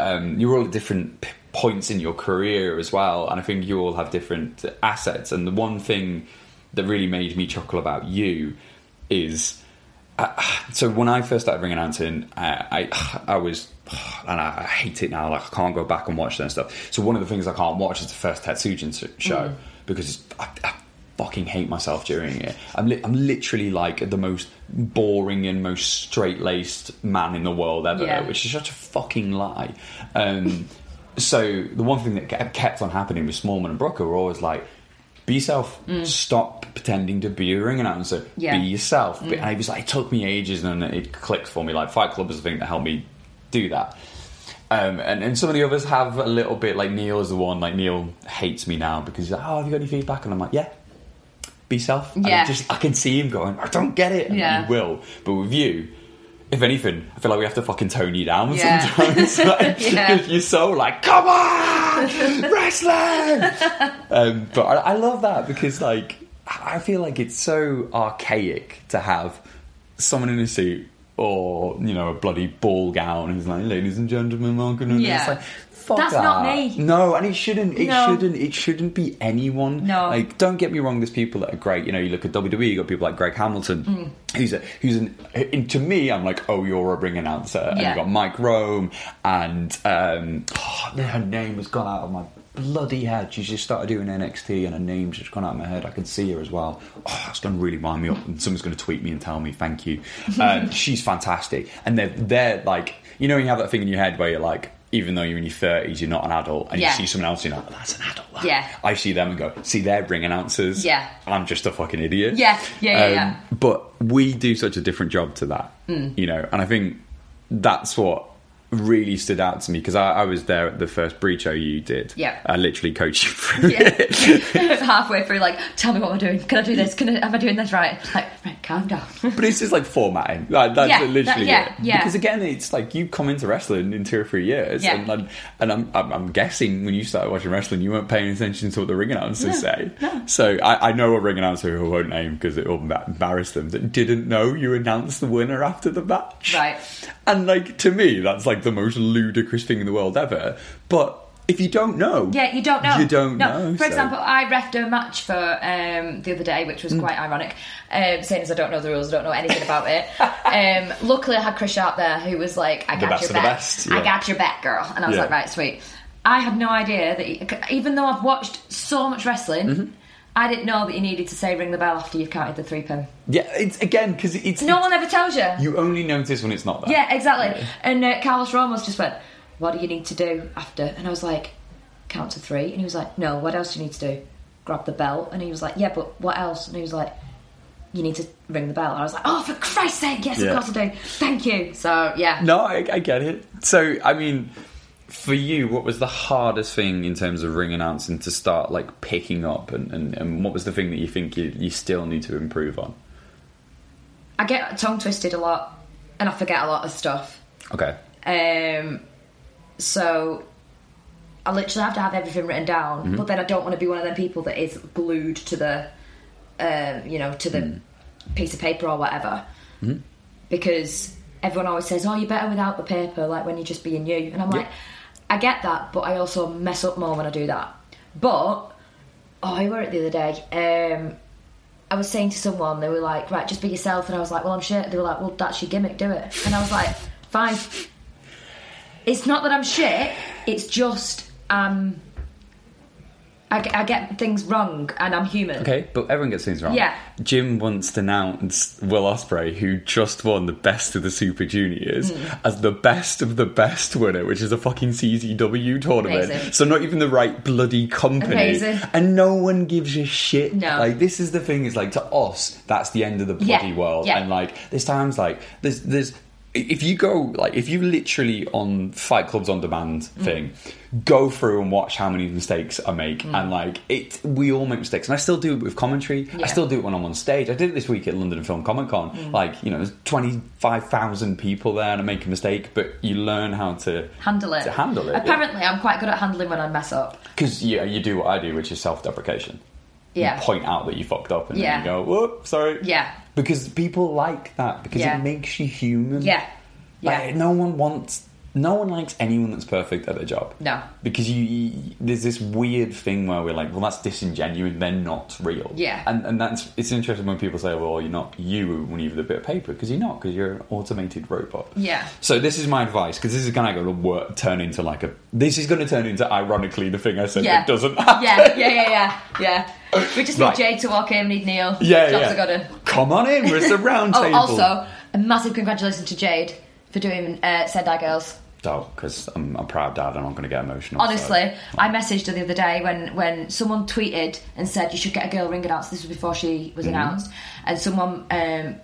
Speaker 1: um, you're all at different p- points in your career as well, and I think you all have different assets. And the one thing that really made me chuckle about you is so when I first started ringing Anton, I, I I was and I, I hate it now. Like I can't go back and watch that stuff. So one of the things I can't watch is the first Tetsujin s- show because it's, I, I fucking hate myself during it. I'm li- I'm literally like the most boring and most straight laced man in the world ever,
Speaker 2: Yeah.
Speaker 1: which is such a fucking lie. Um, so the one thing that ke- kept on happening with Smallman and Brooker were always like. Be yourself. Stop pretending to be a ring announcer.
Speaker 2: Mm. Yeah. Mm.
Speaker 1: Be yourself. But And it was like it took me ages, and then it clicked for me. Like Fight Club is the thing that helped me do that. Um, and, and some of the others have a little bit. Like Neil is the one. Like Neil hates me now because he's like, "Oh, have you got any feedback?" And I'm like, "Yeah, be self." And
Speaker 2: Yeah.
Speaker 1: I just I can see him going, "I don't get it." And
Speaker 2: Yeah.
Speaker 1: he will. But with you, if anything, I feel like we have to fucking tone you down
Speaker 2: Yeah.
Speaker 1: sometimes. like,
Speaker 2: Yeah.
Speaker 1: You're so like, come on, wrestling. um, but I, I love that because like I feel like it's so archaic to have someone in a suit or you know a bloody ball gown who's like, ladies and gentlemen, welcome. And
Speaker 2: Yeah.
Speaker 1: It's like, fuck
Speaker 2: That's
Speaker 1: that.
Speaker 2: not me.
Speaker 1: No, and it shouldn't. It
Speaker 2: No.
Speaker 1: shouldn't. It shouldn't be anyone.
Speaker 2: No.
Speaker 1: Like don't get me wrong. There's people that are great. You know, you look at WWE. You got people like Greg Hamilton,
Speaker 2: Mm.
Speaker 1: who's a, who's an. And to me, I'm like, oh, you're a ring announcer. And
Speaker 2: Yeah.
Speaker 1: you got Mike Rome, and um, oh, her name has gone out of my bloody head. She just started doing NXT, and her name's just gone out of my head. I can see her as well. Oh, that's going to really wind me up. And someone's going to tweet me and tell me thank you. Um, she's fantastic, and they're they're like, you know, you have that thing in your head where you're like. Even though you're in your 30s, you're not an adult, and
Speaker 2: Yeah.
Speaker 1: you see someone else, you're like, that's an adult. that."
Speaker 2: Yeah.
Speaker 1: I see them and go, see, they're ring announcers.
Speaker 2: Yeah.
Speaker 1: I'm just a fucking idiot. Um,
Speaker 2: Yeah, yeah, yeah, yeah. Hmm.
Speaker 1: But we do such a different job to that, you know, and I think that's what really stood out to me because I, I was there at the first breach show you did.
Speaker 2: Yeah.
Speaker 1: I literally coached you through it.
Speaker 2: halfway through, like, tell me what I'm doing. Can I do this? Can I, am I doing this right? Like, right, calm down.
Speaker 1: But it's just like formatting. Like, that's
Speaker 2: Yeah,
Speaker 1: literally
Speaker 2: that- yeah,
Speaker 1: it.
Speaker 2: yeah.
Speaker 1: Because again, it's like you come into wrestling in two or three years,
Speaker 2: Yeah.
Speaker 1: and and, and I'm, I'm I'm guessing when you started watching wrestling, you weren't paying attention to what the ring announcers say. So I, I know a ring announcer who I won't name because it will ma- embarrass them that didn't know you announced the winner after the match.
Speaker 2: Right.
Speaker 1: And like to me, that's like the most ludicrous thing in the world ever. But if you don't know,
Speaker 2: Yeah, you don't know.
Speaker 1: you don't
Speaker 2: no.
Speaker 1: know.
Speaker 2: For
Speaker 1: so-
Speaker 2: example, I refed a match for um, the other day, which
Speaker 1: Mm.
Speaker 2: was quite ironic, um, saying as I don't know the rules, I don't know anything about it. um, luckily, I had Chris Sharp there, who was like, "I
Speaker 1: The
Speaker 2: got
Speaker 1: best
Speaker 2: your
Speaker 1: of the
Speaker 2: bet,
Speaker 1: best,
Speaker 2: I
Speaker 1: yeah.
Speaker 2: got your bet, girl," and I was
Speaker 1: Yeah.
Speaker 2: like, "Right, sweet." I had no idea that, he, even though I've watched so much wrestling,
Speaker 1: Mm-hmm.
Speaker 2: I didn't know that you needed to say "ring the bell" after you've counted the three pin.
Speaker 1: yeah, it's again because it's
Speaker 2: No one ever tells you.
Speaker 1: you only notice when it's not there.
Speaker 2: Yeah, exactly. And uh, Carlos Ramos just went, "What do you need to do after?" And I was like, "Count to three. And he was like, "No, what else do you need to do? Grab the bell." And he was like, "Yeah, but what else?" And he was like, "You need to ring the bell." And I was like, "Oh, for Christ's sake, yes,
Speaker 1: Yeah.
Speaker 2: of course I do. Thank you." So yeah,
Speaker 1: No, I, I get it. So, I mean, for you, what was the hardest thing in terms of ring announcing to start like picking up, and, and, and what was the thing that you think you, you still need to improve on?
Speaker 2: I get tongue twisted a lot, and I forget a lot of stuff.
Speaker 1: Okay.
Speaker 2: Um, so I literally have to have everything written down, but then I don't want to be one of them people that is glued to the, um, you know, to the piece of paper or whatever, because everyone always says, "Oh, you're better without the paper," like when you're just being you, and I'm like, I get that, but I also mess up more when I do that. But oh, I were it the other day. Um, I was saying to someone, they were like, "Right, just be yourself," and I was like, "Well, I'm shit." They were like, "Well, that's your gimmick, do it," and I was like, "Fine." It's not that I'm shit. It's just um, I, g- I get things wrong, and I'm human.
Speaker 1: Okay, but everyone gets things wrong.
Speaker 2: Yeah.
Speaker 1: Jim once announced Will Osprey, who just won the best of the Super Juniors,
Speaker 2: Hmm.
Speaker 1: as the best of the best winner, which is a fucking CZW tournament.
Speaker 2: Amazing.
Speaker 1: So not even the right bloody company,
Speaker 2: Amazing.
Speaker 1: and no one gives a shit.
Speaker 2: No.
Speaker 1: Like this is the thing. Is like to us, that's the end of the
Speaker 2: Yeah,
Speaker 1: bloody world,
Speaker 2: yeah.
Speaker 1: and like this time's like there's there's. if you go like if you literally on Fight Club's on demand
Speaker 2: Mm.
Speaker 1: thing, go through and watch how many mistakes I make,
Speaker 2: Mm.
Speaker 1: and like it, we all make mistakes, and I still do it with commentary. I still do it when I'm on stage. I did it this week at London Film Comic Con.
Speaker 2: Mm.
Speaker 1: Like you know, there's twenty five thousand people there, and I make a mistake, but you learn how to
Speaker 2: Handle it.
Speaker 1: To handle it,
Speaker 2: Apparently, I'm quite good at handling when I mess up.
Speaker 1: because yeah. you do what I do, which is self deprecation.
Speaker 2: Yeah.
Speaker 1: point out that you fucked up, and
Speaker 2: Yeah.
Speaker 1: then you go, "Whoop, sorry."
Speaker 2: Yeah.
Speaker 1: because people like that because
Speaker 2: Yeah.
Speaker 1: it makes you human.
Speaker 2: Yeah. Yeah.
Speaker 1: Like, no one wants, no one likes anyone that's perfect at their job.
Speaker 2: No.
Speaker 1: because you, you- there's this weird thing where we're like, well, that's disingenuous. They're not real.
Speaker 2: Yeah.
Speaker 1: and and that's it's interesting when people say, well, you're not you when you've a bit of paper because you're not because you're an automated robot.
Speaker 2: Yeah.
Speaker 1: So this is my advice because this is going to go to work, turn into like a. This is going to turn into ironically the thing I said
Speaker 2: Yeah.
Speaker 1: that doesn't. happen.
Speaker 2: Yeah, yeah, yeah, yeah, yeah. We just need
Speaker 1: Right.
Speaker 2: Jade to walk in. We need Neil.
Speaker 1: Yeah,
Speaker 2: Jobs
Speaker 1: yeah.
Speaker 2: are gonna.
Speaker 1: Come on in. We're at the round
Speaker 2: Oh,
Speaker 1: table.
Speaker 2: also, a massive congratulations to Jade for doing uh, Sendai Girls.
Speaker 1: because I'm a proud dad and I'm going to get emotional. so-
Speaker 2: Honestly, I messaged her the other day when, when someone tweeted and said you should get a girl ring announced. This was before she
Speaker 1: Mm-hmm.
Speaker 2: was announced, and someone um,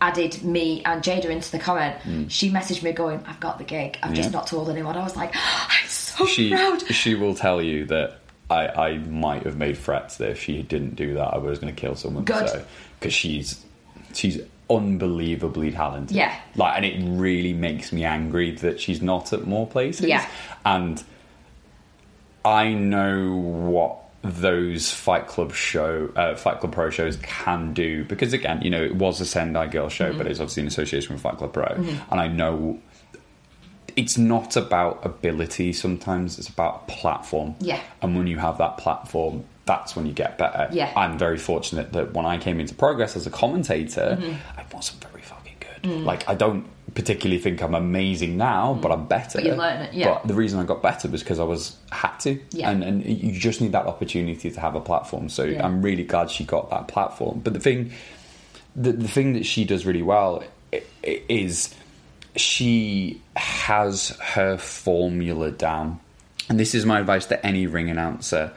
Speaker 2: added me and Jada into the comment. She messaged me going, "I've got the gig. I've just
Speaker 1: Mm. Yeah.
Speaker 2: not told anyone." I was like, "I'm so
Speaker 1: she
Speaker 2: proud."
Speaker 1: she will tell you that I, I might have made threats that if she didn't do that, I was going to kill someone.
Speaker 2: Good.
Speaker 1: because she's she's unbelievably talented.
Speaker 2: Yeah.
Speaker 1: like, and it really makes me angry that she's not at more places.
Speaker 2: Yeah.
Speaker 1: and I know what those Fight Club show, uh, Fight Club Pro shows can do because again, you know, it was a Sendai Girl show,
Speaker 2: Mm-hmm.
Speaker 1: but it's obviously in association with Fight Club Pro, and I know it's not about ability sometimes it's about platform
Speaker 2: Yeah.
Speaker 1: and when you have that platform that's when you get better
Speaker 2: Yeah.
Speaker 1: i'm very fortunate that when i came into progress as a commentator
Speaker 2: Mm-hmm.
Speaker 1: i wasn't very fucking good
Speaker 2: Mm.
Speaker 1: like i don't particularly think i'm amazing now but i'm better
Speaker 2: But you learn it, yeah.
Speaker 1: But the reason i got better was because i was had to
Speaker 2: Yeah.
Speaker 1: and, and you just need that opportunity to have a platform so
Speaker 2: Yeah.
Speaker 1: i'm really glad she got that platform but the thing the, the thing that she does really well i- i- is she has her formula down. And this is my advice to any ring announcer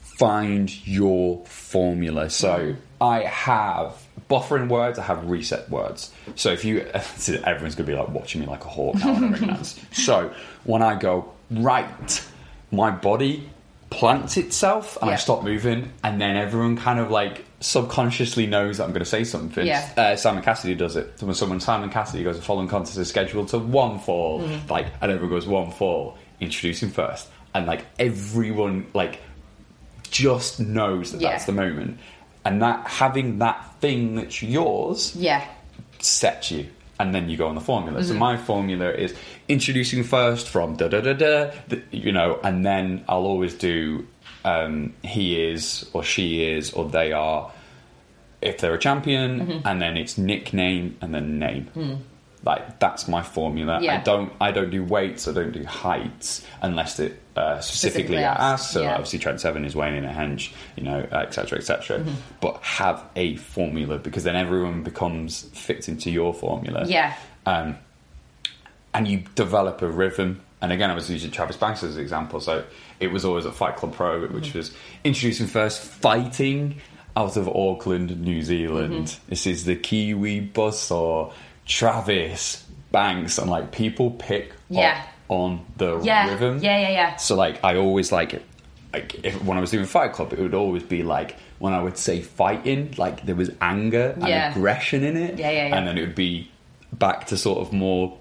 Speaker 1: find your formula. So I have buffering words, I have reset words. So if you, so everyone's going to be like watching me like a hawk now when I ring announce. So when I go, right, my body plants itself and I
Speaker 2: Yeah.
Speaker 1: stop moving, and then everyone kind of like subconsciously knows that I'm going to say something.
Speaker 2: Yeah.
Speaker 1: Uh, Simon Cassidy does it. So When someone Simon Cassidy goes, the following contest is scheduled to one fall,
Speaker 2: Mm-hmm.
Speaker 1: like, and everyone goes one fall, introducing first, and like everyone like just knows that
Speaker 2: Yeah.
Speaker 1: that's the moment, and that having that thing that's yours
Speaker 2: yeah,
Speaker 1: sets you. And then you go on the formula.
Speaker 2: Mm-hmm.
Speaker 1: So my formula is introducing first from da da da da, th- you know, and then I'll always do um, he is or she is or they are if they're a champion,
Speaker 2: Mm-hmm.
Speaker 1: and then it's nickname and then name. Like that's my formula. I
Speaker 2: Hmm. Yeah.
Speaker 1: don't I don't do weights. I don't do heights unless it uh, specifically,
Speaker 2: Specifically
Speaker 1: asks.
Speaker 2: asks,
Speaker 1: So
Speaker 2: yeah.
Speaker 1: obviously Trent Seven is weighing in a hench, you know, etc. etc.
Speaker 2: Mm-hmm.
Speaker 1: But have a formula because then everyone becomes fits into your formula.
Speaker 2: Yeah.
Speaker 1: Um, and you develop a rhythm. And again, I was using Travis Banks as an example, so it was always at Fight Club Pro, which
Speaker 2: Mm-hmm.
Speaker 1: was introducing first fighting out of Auckland, New Zealand.
Speaker 2: Mm-hmm.
Speaker 1: This is the Kiwi bus or Travis Banks, and like people pick
Speaker 2: Yeah.
Speaker 1: up on the
Speaker 2: yeah,
Speaker 1: rhythm.
Speaker 2: yeah, yeah, yeah.
Speaker 1: So like I always like like if, when I was doing Fight Club, it would always be like when I would say fighting, like there was anger and
Speaker 2: Yeah.
Speaker 1: aggression in it,
Speaker 2: Yeah, yeah, yeah.
Speaker 1: and then it would be back to sort of more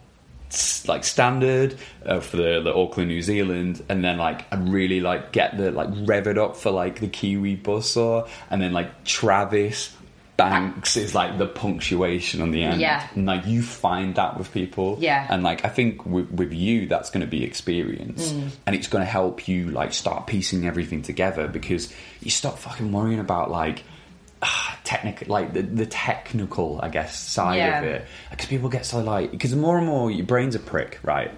Speaker 1: s- like standard uh, for the, the Auckland, New Zealand, and then like I really like get the like rev it up for like the Kiwi bus or and then like Travis. Banks is like the punctuation on the end,
Speaker 2: Yeah.
Speaker 1: and like you find that with people,
Speaker 2: Yeah.
Speaker 1: and like I think with, with you, that's going to be experience,
Speaker 2: Mm.
Speaker 1: and it's going to help you like start piecing everything together because you stop fucking worrying about like ah, technic, like the, the technical, I guess, side
Speaker 2: Yeah.
Speaker 1: of it. Because people get so like, because more and more your brain's a prick, right?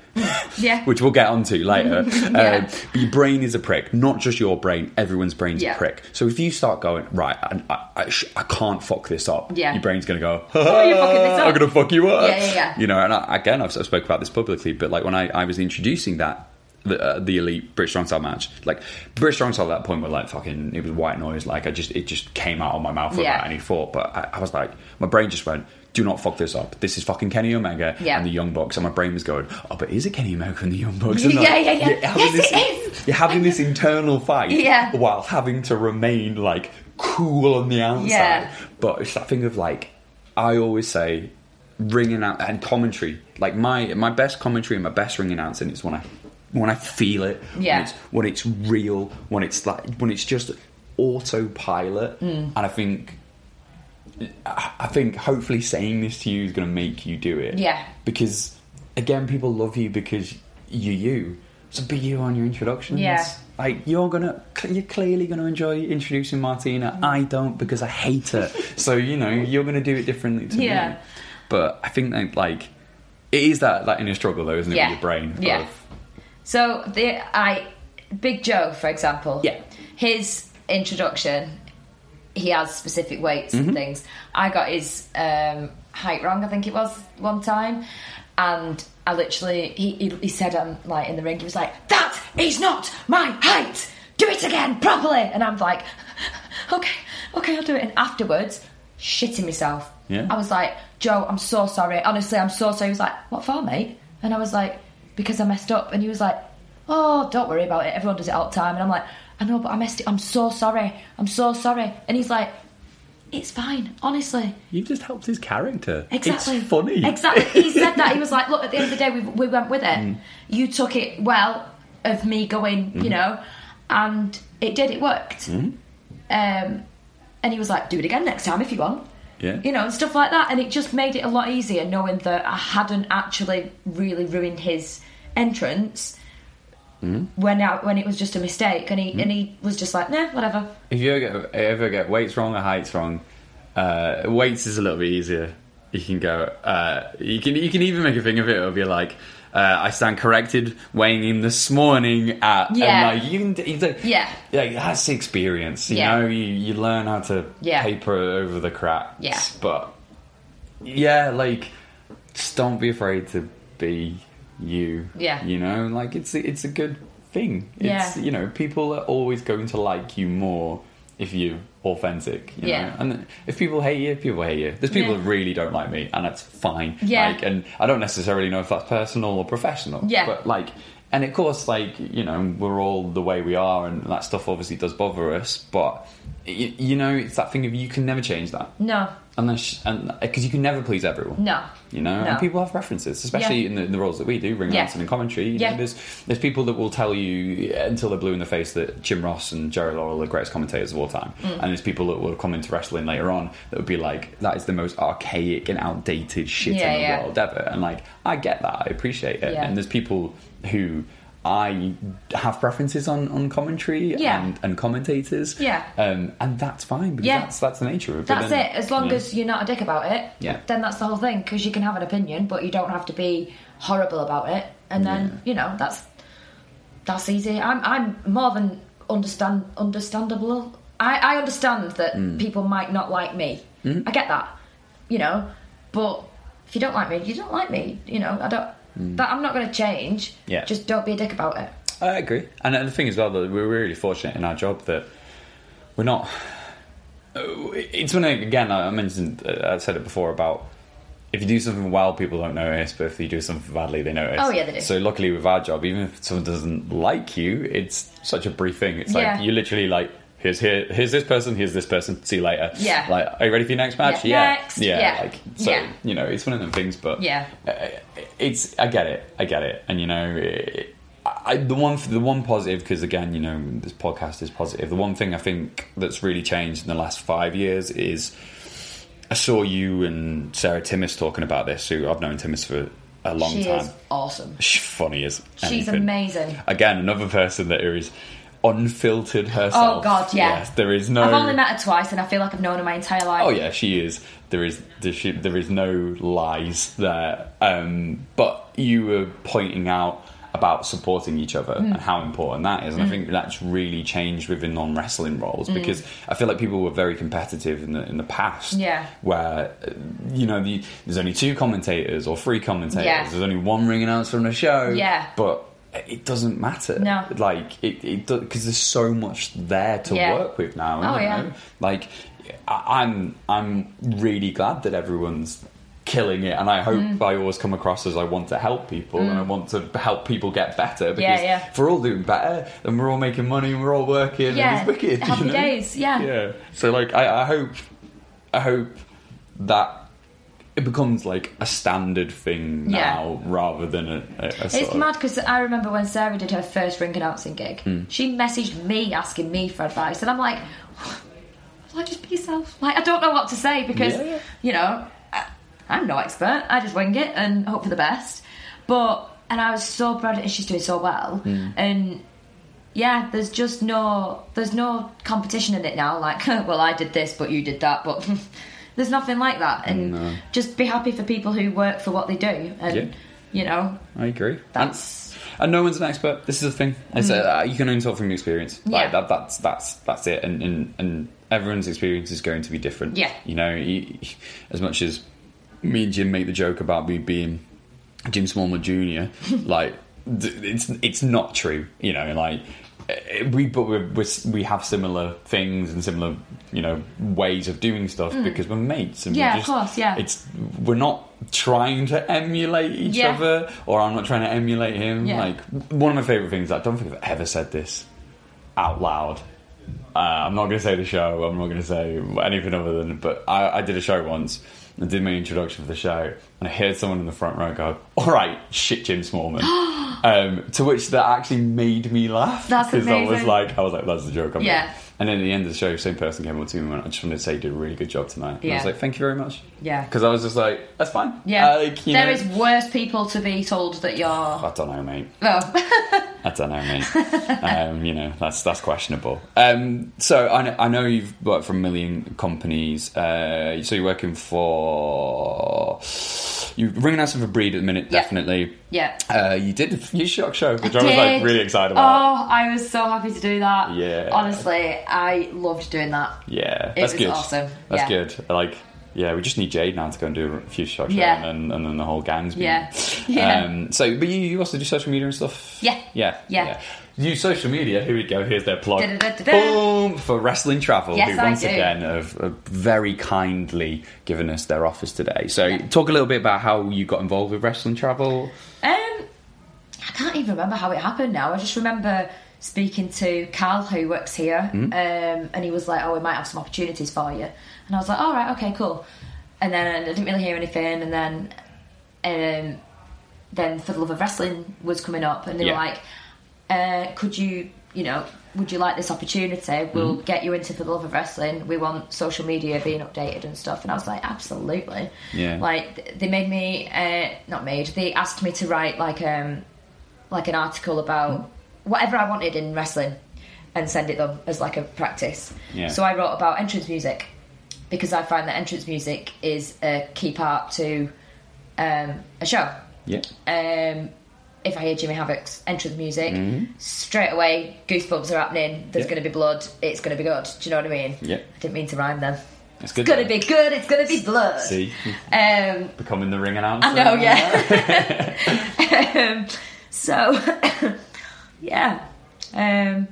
Speaker 2: Yeah.
Speaker 1: Which we'll get onto later.
Speaker 2: Yeah.
Speaker 1: um, but your brain is a prick, not just your brain. Everyone's brain's
Speaker 2: Yeah.
Speaker 1: a prick. So if you start going right, I, I, I, sh- I can't fuck this up.
Speaker 2: Yeah. Oh,
Speaker 1: Your brain's going to go.
Speaker 2: you're fucking this
Speaker 1: I'm
Speaker 2: up."
Speaker 1: going to fuck you up.
Speaker 2: Yeah, yeah, yeah.
Speaker 1: You know, and I, again, I've, I've spoke about this publicly, but like when I, I was introducing that the, uh, the elite British Strong Style match. Like British Strong Style at that point were like fucking. It was white noise. Like I just it just came out of my mouth like
Speaker 2: Yeah.
Speaker 1: that, and he fought. But I, I was like, my brain just went. Do not fuck this up. This is fucking Kenny Omega
Speaker 2: Yeah.
Speaker 1: and the Young Bucks, and my brain was going, "Oh, but is it Kenny Omega and the Young Bucks?" And
Speaker 2: Yeah,
Speaker 1: like,
Speaker 2: yeah, yeah.
Speaker 1: You're having
Speaker 2: Yes,
Speaker 1: this,
Speaker 2: it is.
Speaker 1: You're having this internal fight,
Speaker 2: Yeah.
Speaker 1: while having to remain like cool on the outside.
Speaker 2: Yeah.
Speaker 1: But it's that thing of like, I always say, ringing out and commentary. Like my my best commentary and my best ring announcing is when I when I feel it.
Speaker 2: Yeah.
Speaker 1: When it's, when it's real. When it's like when it's just autopilot.
Speaker 2: Mm.
Speaker 1: And I think. I I think hopefully saying this to you is going to make you do it.
Speaker 2: Yeah.
Speaker 1: Because again, people love you because you're you. So be you on your introductions.
Speaker 2: Yeah.
Speaker 1: Like you're gonna, you're clearly gonna enjoy introducing Martina. I don't because I hate her. so you know you're gonna do it differently to
Speaker 2: Yeah.
Speaker 1: me. But I think that like it is that that inner struggle though, isn't it?
Speaker 2: Yeah.
Speaker 1: With your brain.
Speaker 2: Yeah.
Speaker 1: of-
Speaker 2: So the I Big Joe, for example.
Speaker 1: Yeah.
Speaker 2: His introduction, he has specific weights
Speaker 1: Mm-hmm.
Speaker 2: and things. I got his um, height wrong, I think it was one time, and I literally he he, he said um like in the ring he was like that is not my height. Do it again properly, and I'm like, okay, okay, I'll do it. And afterwards, shitting myself.
Speaker 1: Yeah.
Speaker 2: I was like, Joe, I'm so sorry. Honestly, I'm so sorry. He was like, what for, mate? And I was like, because I messed up. And he was like, oh, don't worry about it. Everyone does it all the time. And I'm like, I know, but I messed it. I'm so sorry. I'm so sorry. And he's like, it's fine. Honestly,
Speaker 1: You've just helped his character.
Speaker 2: Exactly.
Speaker 1: It's funny.
Speaker 2: Exactly. He said that. He was like, look, at the end of the day, we, we went with it.
Speaker 1: Mm.
Speaker 2: You took it well of me going,
Speaker 1: Mm-hmm.
Speaker 2: you know, and it did. It worked. Um, and he was like, do it again next time if you want.
Speaker 1: Yeah.
Speaker 2: You know, and stuff like that. And it just made it a lot easier knowing that I hadn't actually really ruined his entrance.
Speaker 1: Mm-hmm.
Speaker 2: When I, when it was just a mistake, and he and he was just like, nah, whatever.
Speaker 1: If you ever get, ever get weights wrong or heights wrong, uh, weights is a little bit easier. You can go. Uh, you can you can even make a thing of it. It'll be like. Uh, I stand corrected, weighing in this morning at
Speaker 2: Yeah.
Speaker 1: and like you can you do,
Speaker 2: Yeah.
Speaker 1: like that's the experience you
Speaker 2: Yeah.
Speaker 1: know you, you learn how to
Speaker 2: Yeah.
Speaker 1: paper over the cracks
Speaker 2: Yeah.
Speaker 1: but yeah like just don't be afraid to be you
Speaker 2: Yeah.
Speaker 1: you know like it's a- it's a good thing
Speaker 2: Yeah.
Speaker 1: it's you know people are always going to like you more if you're authentic you
Speaker 2: Yeah.
Speaker 1: know? and if people hate you people hate you there's people
Speaker 2: Yeah.
Speaker 1: that really don't like me and that's fine
Speaker 2: Yeah.
Speaker 1: like and i don't necessarily know if that's personal or professional
Speaker 2: Yeah.
Speaker 1: but like and of course like you know we're all the way we are and that stuff obviously does bother us but you, you know it's that thing of you can never change that
Speaker 2: No,
Speaker 1: unless and because you can never please everyone
Speaker 2: No.
Speaker 1: you know
Speaker 2: No.
Speaker 1: and people have preferences especially
Speaker 2: Yeah.
Speaker 1: in, the, in the roles that we do ring
Speaker 2: Yeah.
Speaker 1: announcing and commentary you
Speaker 2: Yeah.
Speaker 1: know, there's there's people that will tell you uh, until they're blue in the face that Jim Ross and Jerry Laurel are the greatest commentators of all time
Speaker 2: Mm.
Speaker 1: and there's people that will come into wrestling later on that would be like that is the most archaic and outdated shit
Speaker 2: Yeah,
Speaker 1: in the
Speaker 2: yeah.
Speaker 1: world ever and like I get that I appreciate it
Speaker 2: Yeah.
Speaker 1: and there's people who I have preferences on, on commentary
Speaker 2: Yeah.
Speaker 1: and, and commentators
Speaker 2: Yeah.
Speaker 1: um, and that's fine because
Speaker 2: Yeah.
Speaker 1: that's that's the nature of it But
Speaker 2: That's
Speaker 1: then,
Speaker 2: it. As long
Speaker 1: you know.
Speaker 2: as you're not a dick about it,
Speaker 1: Yeah.
Speaker 2: then that's the whole thing. Because you can have an opinion, but you don't have to be horrible about it. And then you know that's that's easy. I'm I'm more than understand understandable. I I understand that
Speaker 1: Mm.
Speaker 2: people might not like me. I get that, you know. But if you don't like me, you don't like me. You know, I don't. That I'm not going to change.
Speaker 1: Mm. Yeah.
Speaker 2: Just don't be a dick about it.
Speaker 1: I agree. And the thing as well that we're really fortunate in our job that we're not. uh, It's when I- again I mentioned uh, I said it before about if you do something well, people don't notice, but if you do something badly, they notice.
Speaker 2: Oh, yeah, they do.
Speaker 1: So luckily with our job, even if someone doesn't like you, it's such a brief thing. It's like
Speaker 2: Yeah.
Speaker 1: you literally like. Here's here, here's this person, here's this person. See you later.
Speaker 2: Yeah.
Speaker 1: Like, are you ready for your next match?
Speaker 2: Yeah.
Speaker 1: Yeah.
Speaker 2: Next.
Speaker 1: Yeah.
Speaker 2: Yeah.
Speaker 1: Like, so
Speaker 2: Yeah.
Speaker 1: you know, it's one of them things. But
Speaker 2: Yeah.
Speaker 1: it's I get it, I get it, and you know, it, I, the one the one positive because again, you know, this podcast is positive. The one thing I think that's really changed in the last five years is I saw you and Sarah Timmis talking about this. Who I've known Timmis for a long
Speaker 2: she
Speaker 1: time.
Speaker 2: is awesome.
Speaker 1: She's funny as
Speaker 2: She's
Speaker 1: anything.
Speaker 2: amazing.
Speaker 1: Again, another person that is unfiltered herself.
Speaker 2: Oh God, yeah.
Speaker 1: Yes, there is no.
Speaker 2: I've only met her twice, and I feel like I've known her my entire life.
Speaker 1: Oh yeah, she is. There is there, she, there is no lies there. Um, but you were pointing out about supporting each other and how important that
Speaker 2: Mm.
Speaker 1: is, and I think that's really changed within non-wrestling roles because I feel like people were very competitive in the in the past.
Speaker 2: Yeah.
Speaker 1: where uh, you know the, there's only two commentators or three commentators.
Speaker 2: Yeah.
Speaker 1: There's only one ring announcer on a show.
Speaker 2: Yeah.
Speaker 1: but it doesn't matter.
Speaker 2: No.
Speaker 1: Like it, it because there's so much there to
Speaker 2: Yeah.
Speaker 1: work with now.
Speaker 2: Oh,
Speaker 1: you
Speaker 2: yeah.
Speaker 1: know? Like I, I'm, I'm really glad that everyone's killing it, and I hope
Speaker 2: Mm.
Speaker 1: I always come across as I want to help people and I want to help people get better. Because
Speaker 2: yeah.
Speaker 1: if we're all doing better, and we're all making money, and we're all working, and
Speaker 2: Yeah,
Speaker 1: it's wicked. you
Speaker 2: happy
Speaker 1: know?
Speaker 2: days, yeah.
Speaker 1: Yeah. So like, I, I hope, I hope that. It becomes like a standard thing
Speaker 2: Yeah.
Speaker 1: now, rather than a. a, a sort
Speaker 2: It's
Speaker 1: of-
Speaker 2: mad because I remember when Sarah did her first ring announcing gig,
Speaker 1: Hmm.
Speaker 2: she messaged me asking me for advice, and I'm like, like just be yourself. Like I don't know what to say because
Speaker 1: Yeah.
Speaker 2: you know I, I'm no expert. I just wing it and hope for the best. But and I was so proud that she's doing so well.
Speaker 1: Hmm.
Speaker 2: And yeah, there's just no there's no competition in it now. Like well, I did this, but you did that, but. There's nothing like that, and just be happy for people who work for what they do, and
Speaker 1: Yeah.
Speaker 2: you know
Speaker 1: I agree. And-
Speaker 2: That's-
Speaker 1: and, no one's an expert. This is the thing. It's uh, you can only talk from experience. Like
Speaker 2: Mm. Yeah.
Speaker 1: that, that's that's that's it. And, and and everyone's experience is going to be different.
Speaker 2: Yeah.
Speaker 1: You know, you- as much as me and Jim make the joke about me being Jim Smallman Jr., like th- it's it's not true. You know, like. eh, We but we're, we're, s- we have similar things and similar you know ways of doing stuff because we're mates and we
Speaker 2: Mm. Yeah, of
Speaker 1: just,
Speaker 2: course, yeah.
Speaker 1: it's we're not trying to emulate each
Speaker 2: Yeah.
Speaker 1: other or I'm not trying to emulate him.
Speaker 2: Yeah.
Speaker 1: Like one of my favorite things. I don't think I've ever said this out loud. Uh, I'm not going to say the show. I'm not going to say anything other than. But I, I did a show once. I did my introduction for the show, and I heard someone in the front row go, "All right, shit, Jim Smallman." um, to which that actually made me laugh
Speaker 2: That's
Speaker 1: I was
Speaker 2: amazing.
Speaker 1: like, I was like, "That's the joke." I'm
Speaker 2: Yeah.
Speaker 1: doing." And then at the end of the show, the same person came up to me and went, "I just wanted to say you did a really good job tonight." And I was
Speaker 2: Yeah.
Speaker 1: like, "Thank you very much."
Speaker 2: Yeah.
Speaker 1: Because I was just like, "That's fine."
Speaker 2: Yeah,
Speaker 1: Uh,
Speaker 2: there
Speaker 1: like,
Speaker 2: is
Speaker 1: you know-
Speaker 2: worse people to be told that you're.
Speaker 1: I don't know, mate.
Speaker 2: Oh,
Speaker 1: I don't know, mate. um, you know, that's that's questionable. Um, so I know, I know you've worked for a million companies. Uh, so you're working for you ringing out for Breed at the minute,
Speaker 2: Yeah.
Speaker 1: definitely.
Speaker 2: yeah.
Speaker 1: Uh, you did you shock show, which I, was like
Speaker 2: Did-
Speaker 1: really excited about.
Speaker 2: Oh, I was so happy to do that.
Speaker 1: Yeah.
Speaker 2: Honestly, I loved doing that.
Speaker 1: yeah,
Speaker 2: It
Speaker 1: that's
Speaker 2: was
Speaker 1: good.
Speaker 2: awesome,
Speaker 1: That's
Speaker 2: yeah.
Speaker 1: good. I Like, yeah, we just need Jade now to go and do a few shock show,
Speaker 2: Yeah.
Speaker 1: and, then, and then the whole gang's been-
Speaker 2: Yeah. Yeah.
Speaker 1: Um, so, but you, you also do social media and stuff.
Speaker 2: Yeah.
Speaker 1: Yeah.
Speaker 2: Yeah.
Speaker 1: You social media. Here we go. Here's their plug.
Speaker 2: Da-da-da-da-da.
Speaker 1: Boom for wrestling travel.
Speaker 2: Yes,
Speaker 1: who
Speaker 2: I
Speaker 1: once
Speaker 2: do.
Speaker 1: again have, have very kindly given us their offers today. So, talk a little bit about how you got involved with wrestling travel.
Speaker 2: Um, I can't even remember how it happened now. I just remember speaking to Cal, who works here,
Speaker 1: Mm-hmm.
Speaker 2: um, and he was like, "Oh, we might have some opportunities for you." And I was like, "All right, okay, cool." And then I didn't really hear anything, and then, um, then for the love of wrestling was coming up, and they
Speaker 1: Yeah.
Speaker 2: were like, uh, "Could you, you know?" Would you like this opportunity?
Speaker 1: Mm-hmm.
Speaker 2: We'll get you into for the love of wrestling. We want social media being updated and stuff. And I was like, absolutely.
Speaker 1: Yeah.
Speaker 2: Like th- they made me, uh, not made. They asked me to write like um, like an article about whatever I wanted in wrestling and send it them as like a practice.
Speaker 1: Yeah.
Speaker 2: So I wrote about entrance music because I find that entrance music is a key part to um, a show.
Speaker 1: Yeah.
Speaker 2: Um, if I hear Jimmy Havoc's entrance music, straight away goosebumps are happening. There's
Speaker 1: Mm-hmm. Yeah.
Speaker 2: going to be blood. It's going to be good. Do you know what I mean?
Speaker 1: Yeah.
Speaker 2: I didn't mean to rhyme them.
Speaker 1: It's good.
Speaker 2: It's going
Speaker 1: though.
Speaker 2: to be good. It's going to be blood.
Speaker 1: See,
Speaker 2: Um,
Speaker 1: becoming the ring announcer.
Speaker 2: I know, yeah. um, so, yeah. Um,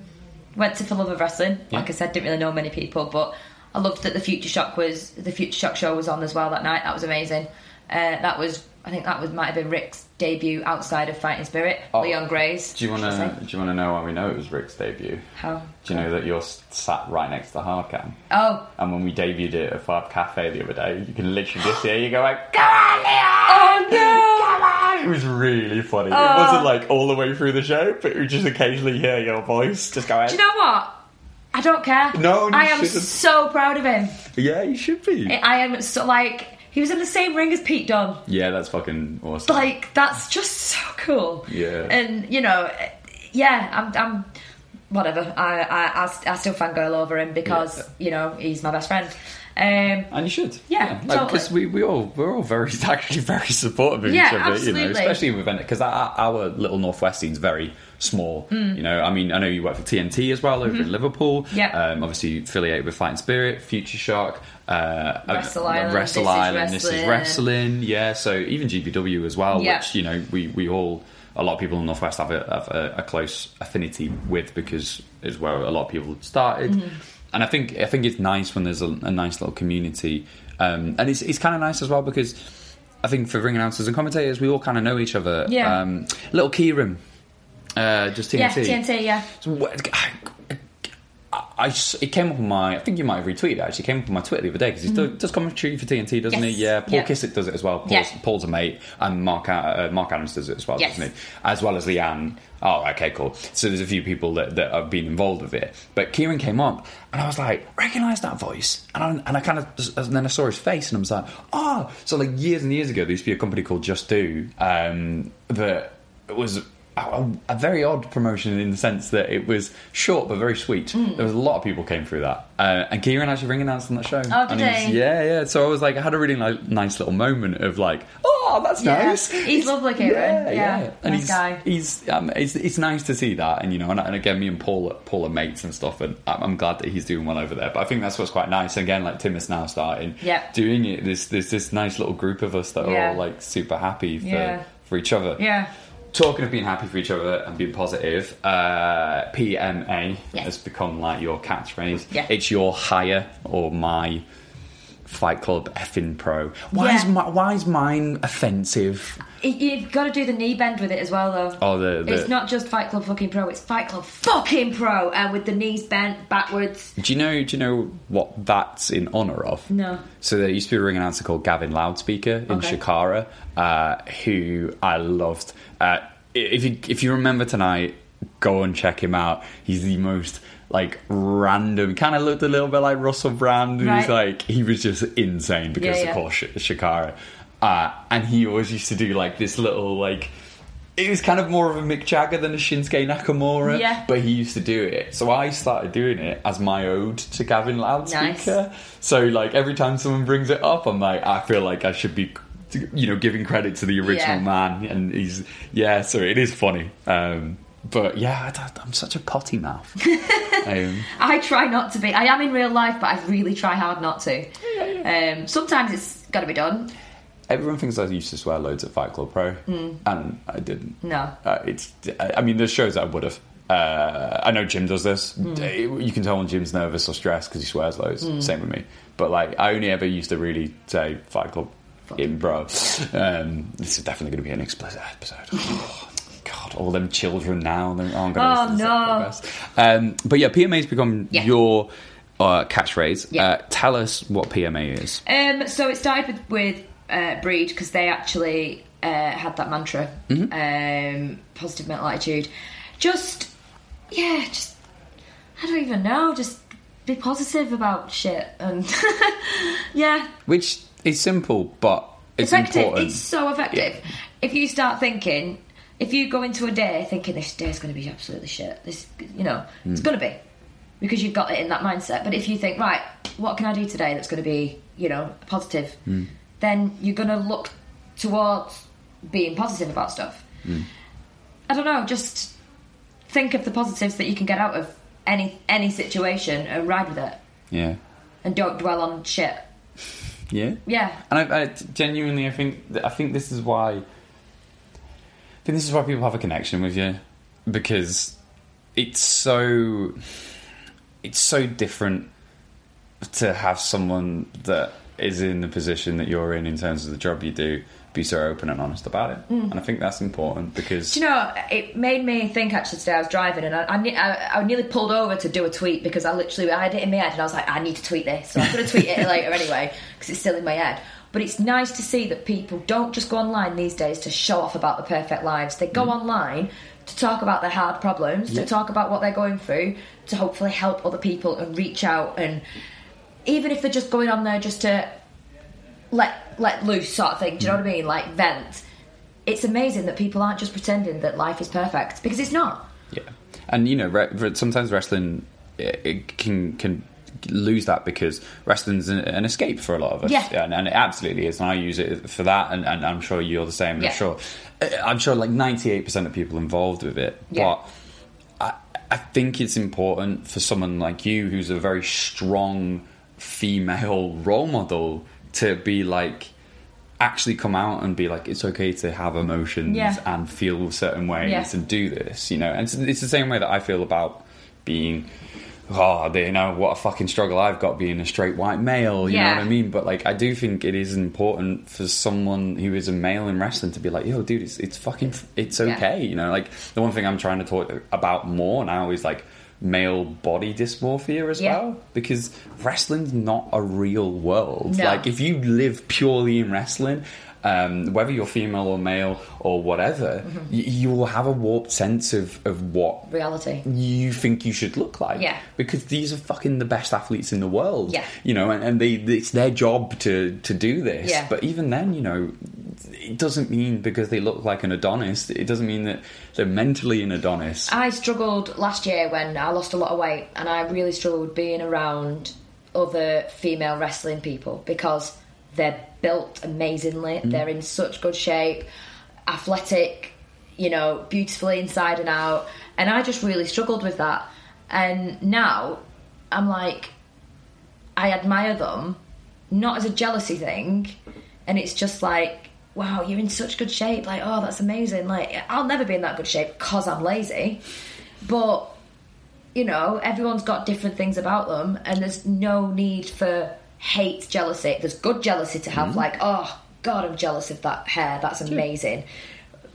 Speaker 2: went to For Love of Wrestling. Like I said, didn't really know many people, but I loved that the Future Shock was the Future Shock show was on as well that night. That was amazing. Uh, that was, I think that was might have been Rick's debut outside of Fighting Spirit. Leon Gray's.
Speaker 1: Oh. Do you want
Speaker 2: should I
Speaker 1: to?
Speaker 2: say.
Speaker 1: Do you want to know why we know it was Rick's debut?
Speaker 2: How?
Speaker 1: Do you know that you're s- sat right next to Harkan?
Speaker 2: Oh,
Speaker 1: And when we debuted it at Five Cafe the other day, you can literally just hear you go like, "Come on, Leon!"
Speaker 2: Oh, no!
Speaker 1: Come on! It was really funny.
Speaker 2: Oh.
Speaker 1: It wasn't like all the way through the show, but you just occasionally hear your voice just go.
Speaker 2: do you know what? I don't care.
Speaker 1: No, you
Speaker 2: I am
Speaker 1: shouldn't.
Speaker 2: so proud of him.
Speaker 1: Yeah, you should be.
Speaker 2: I am so like he was in the same ring as Pete Dunne.
Speaker 1: yeah, that's fucking awesome.
Speaker 2: like that's just so cool.
Speaker 1: Yeah.
Speaker 2: And you know, eh, yeah, I'm, I'm whatever. I I, I, st- I still fangirl over him because you know he's my best friend. Um,
Speaker 1: And you should.
Speaker 2: Yeah, totally.
Speaker 1: Because we, we all, we're all very, actually very supportive of each
Speaker 2: Yeah,
Speaker 1: other, you know,
Speaker 2: absolutely.
Speaker 1: especially with Venice, because our, our little Northwest scene's very small. You know, I mean, I know you work for TNT as well over in Liverpool.
Speaker 2: Hmm. Mm-hmm. Yeah.
Speaker 1: Um, obviously, affiliated with Fighting Spirit, Future Shock. Uh,
Speaker 2: Wrestle
Speaker 1: uh,
Speaker 2: Island,
Speaker 1: Wrestle
Speaker 2: This Is
Speaker 1: Island, this is
Speaker 2: Wrestling.
Speaker 1: wrestling. Yeah, so even GPW as well,
Speaker 2: Yeah.
Speaker 1: which you know we, we all a lot of people in the Northwest have a, have a, a close affinity with because is where a lot of people started.
Speaker 2: Mm-hmm.
Speaker 1: And I think I think it's nice when there's a, a nice little community, um, and it's it's kind of nice as well because I think for ring announcers and commentators we all kind of know each other.
Speaker 2: Yeah.
Speaker 1: Um, little key room, uh, just TNT.
Speaker 2: yeah, TNT, yeah.
Speaker 1: So what- I, I s- it came up on my. I think you might have retweeted. It actually, it came up on my Twitter the other day because he does- does commentary for TNT, doesn't
Speaker 2: Mm. Yes.
Speaker 1: he? Yeah, Paul
Speaker 2: Yeah.
Speaker 1: Kissick does it as well. Paul's,
Speaker 2: Yeah.
Speaker 1: Paul's a mate, and Mark A- uh, Mark Adams does it as well,
Speaker 2: Yes.
Speaker 1: doesn't he? As well as Leanne. Oh, okay, cool. So there's a few people that, that have been involved with it, but Kieran came up, and I was like, recognise that voice, and I, and I kind of, and then I saw his face, and I was like, oh. So like years and years ago, there used to be a company called Just Do um, that was a, a- a very odd promotion in the sense that it was short but very sweet.
Speaker 2: Hmm.
Speaker 1: There was a lot of people came through that, uh, and Kieran actually ring announced on that show.
Speaker 2: Oh, did
Speaker 1: and was-
Speaker 2: he?
Speaker 1: Yeah, yeah. So I was like, I had a really ni- nice little moment of like, oh, that's
Speaker 2: Yeah.
Speaker 1: nice.
Speaker 2: He's lovely, Kieran. Yeah.
Speaker 1: And
Speaker 2: Nice
Speaker 1: he's,
Speaker 2: guy.
Speaker 1: He's um, it's, it's nice to see that, and you know, and, and again, me and Paul, Paul are mates and stuff, and I'm, I'm glad that he's doing well over there. But I think that's what's quite nice. And again, like Tim is now starting,
Speaker 2: Yep.
Speaker 1: doing it. There's there's this nice little group of us that are
Speaker 2: Yeah.
Speaker 1: all like super happy for
Speaker 2: Yeah.
Speaker 1: for each other
Speaker 2: Yeah.
Speaker 1: talking of being happy for each other and being positive, uh, PMA
Speaker 2: Yes.
Speaker 1: has become like your catchphrase.
Speaker 2: Yeah.
Speaker 1: It's your hire or my Fight Club effing pro. Why
Speaker 2: Yeah.
Speaker 1: is my, why is mine offensive?
Speaker 2: You- You've got to do the knee bend with it as well, though.
Speaker 1: Oh, the- the-
Speaker 2: It's not just Fight Club fucking pro, it's Fight Club fucking pro, and with the knees bent backwards.
Speaker 1: Do you know? Do you know what that's in honor of?
Speaker 2: No.
Speaker 1: So there used to be a ring announcer called Gavin Loudspeaker in
Speaker 2: Okay.
Speaker 1: Shikara, uh, who I loved. Uh, if you if you remember tonight, go and check him out. He's the most like random. Kind of looked a little bit like Russell Brand. He's
Speaker 2: Right.
Speaker 1: like he was just insane because
Speaker 2: Yeah,
Speaker 1: of
Speaker 2: yeah.
Speaker 1: course Sh- Shikara, uh, and he always used to do like this little like. It was kind of more of a Mick Jagger than a Shinsuke Nakamura,
Speaker 2: Yeah.
Speaker 1: but he used to do it. So I started doing it as my ode to Gavin
Speaker 2: Nice.
Speaker 1: Loudspeaker. So like every time someone brings it up, I'm like, I feel like I should be, you know, giving credit to the original
Speaker 2: Yeah.
Speaker 1: man, and he's yeah. So it is funny, um, but yeah, I, am such a potty mouth. um,
Speaker 2: I try not to be. I am in real life, but I really try hard not to. Um, sometimes it's got to be done.
Speaker 1: everyone thinks I used to swear loads at Fight Club Pro, and I didn't.
Speaker 2: No.
Speaker 1: uh, it's. I I mean, there's shows that I would have. Uh, I know Jim does this.
Speaker 2: Hmm.
Speaker 1: Uh, You can tell when Jim's nervous or stressed because he swears loads. Same with me. But like, I only ever used to really say Fight Club in bro. Um, this is definitely going to be an explicit episode. Oh, God, all them children now. They aren't going
Speaker 2: Oh,
Speaker 1: to listen to this
Speaker 2: no.
Speaker 1: podcast. Um, but yeah, PMA's become
Speaker 2: Yeah.
Speaker 1: your uh, catchphrase.
Speaker 2: Yeah.
Speaker 1: Uh, tell us what PMA is.
Speaker 2: Um, so it started with, with uh, Breed because they actually uh, had that mantra, um, positive mental attitude. Just, yeah, just I don't even know. Just be positive about shit and yeah,
Speaker 1: Which is simple, but it's
Speaker 2: effective.
Speaker 1: important.
Speaker 2: It's so effective. If you start thinking, if you go into a day thinking this day's going to be absolutely shit, this you know it's going to be because you've got it in that mindset. But if you think right, what can I do today that's going to be you know positive, then you're going to look towards being positive about stuff. I don't know. Just think of the positives that you can get out of any any situation and ride with it,
Speaker 1: yeah.
Speaker 2: and don't dwell on shit.
Speaker 1: Yeah.
Speaker 2: Yeah.
Speaker 1: And I, I genuinely, I think, I think this is why. I think this is why people have a connection with you, because it's so, it's so different to have someone that is in the position that you're in in terms of the job you do be so open and honest about it, and I think that's important because
Speaker 2: Mm. Do you know, it made me think actually today. I was driving and I, I, ne- I, I nearly pulled over to do a tweet because I literally I had it in my head and I was like, I need to tweet this. So I'm going to tweet it later anyway because it's still in my head. But it's nice to see that people don't just go online these days to show off about the perfect lives. They go online to talk about their hard problems, to talk about what they're going through, to hopefully help other people and reach out. And even if they're just going on there just to let let loose sort of thing. Do you know what I mean? Like vent. It's amazing that people aren't just pretending that life is perfect because it's not.
Speaker 1: Yeah, and you know, re- re- sometimes wrestling it, it can can lose that because wrestling's an, an escape for a lot of us.
Speaker 2: Yeah.
Speaker 1: And, and it absolutely is. And I use it for that. And, and I'm sure you're the same. and
Speaker 2: Yeah.
Speaker 1: I'm sure, I'm sure like 98% of people involved with it.
Speaker 2: Yeah.
Speaker 1: But I think it's important for someone like you, who's a very strong female role model, to be like, actually come out and be like, it's okay to have emotions
Speaker 2: Yeah.
Speaker 1: and feel certain ways
Speaker 2: Yeah.
Speaker 1: and do this, you know? And it's, it's the same way that I feel about being. Oh, you know what a fucking struggle I've got being a straight white male. You know
Speaker 2: Yeah.
Speaker 1: what I mean? But like, I do think it is important for someone who is a male in wrestling to be like, "Yo, dude, it's it's fucking, it's
Speaker 2: Yeah.
Speaker 1: okay." You know, like the one thing I'm trying to talk about more now is like male body dysmorphia as
Speaker 2: Yeah.
Speaker 1: well, because wrestling's not a real world.
Speaker 2: No.
Speaker 1: Like, if you live purely in wrestling. Um, whether you're female or male or whatever,
Speaker 2: Mm-hmm.
Speaker 1: y- you will have a warped sense of, of what
Speaker 2: Reality.
Speaker 1: you think you should look like.
Speaker 2: Yeah.
Speaker 1: Because these are fucking the best athletes in the world.
Speaker 2: Yeah.
Speaker 1: You know, and, and they it's their job to to do this.
Speaker 2: Yeah.
Speaker 1: But even then, you know, it doesn't mean because they look like an Adonis, it doesn't mean that they're mentally an Adonis.
Speaker 2: I struggled last year when I lost a lot of weight, and I really struggled being around other female wrestling people because they're built amazingly, they're in such good shape, athletic, you know, beautifully inside and out. And I just really struggled with that. And now I'm like, I admire them, not as a jealousy thing, and it's just like, wow, you're in such good shape. Like, oh, that's amazing. Like, I'll never be in that good shape because I'm lazy. But, you know, everyone's got different things about them, and there's no need for hate jealousy. There's good jealousy to
Speaker 1: Mm-hmm.
Speaker 2: have, like, oh, God, I'm jealous of that hair. That's amazing.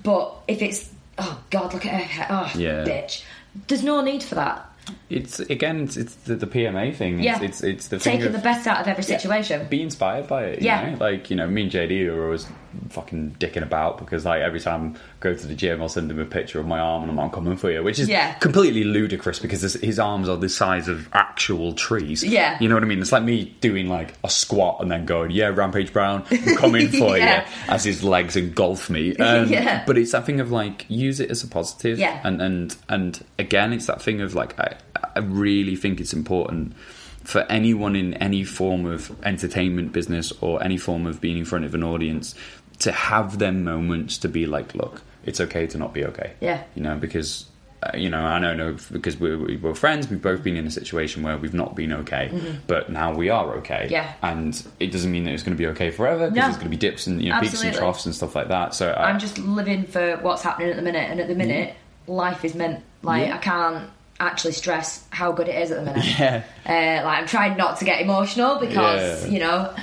Speaker 2: But if it's, oh, God, look at her hair. Oh,
Speaker 1: Yeah.
Speaker 2: bitch. There's no need for that.
Speaker 1: It's again it's, it's the, the PMA thing.
Speaker 2: Yeah.
Speaker 1: It's it's, it's the thing
Speaker 2: Taking
Speaker 1: of-
Speaker 2: the best out of every situation.
Speaker 1: Be inspired by it. You
Speaker 2: Yeah.
Speaker 1: Know? Like, you know, me and JD are always fucking dicking about because, like, every time I go to the gym, I'll send him a picture of my arm and I'm like, "I'm coming for you, which is
Speaker 2: Yeah.
Speaker 1: completely ludicrous because his, his arms are the size of actual trees.
Speaker 2: Yeah.
Speaker 1: You know what I mean? It's like me doing, like, a squat and then going, yeah, Rampage Brown, I'm coming for
Speaker 2: Yeah.
Speaker 1: you, as his legs engulf me. Um,
Speaker 2: Yeah.
Speaker 1: But it's that thing of, like, use it as a positive.
Speaker 2: Yeah.
Speaker 1: And, and, and again, it's that thing of, like, I, I really think it's important for anyone in any form of entertainment business or any form of being in front of an audience to have them moments to be like, look, it's okay to not be okay.
Speaker 2: Yeah.
Speaker 1: You know, because, uh, you know, I don't know, because we're, we we're friends, we've both been in a situation where we've not been okay, but now we are okay.
Speaker 2: Mm-hmm. Yeah.
Speaker 1: And it doesn't mean that it's going to be okay forever because
Speaker 2: No.
Speaker 1: there's going to be dips and, you know, peaks and
Speaker 2: Absolutely.
Speaker 1: troughs and stuff like that. So I,
Speaker 2: I'm just living for what's happening at the minute, and at the minute, life is meant. Like
Speaker 1: Yeah.
Speaker 2: I can't actually stress how good it is at the minute. Uh, like I'm trying not to get emotional because
Speaker 1: Yeah.
Speaker 2: you know,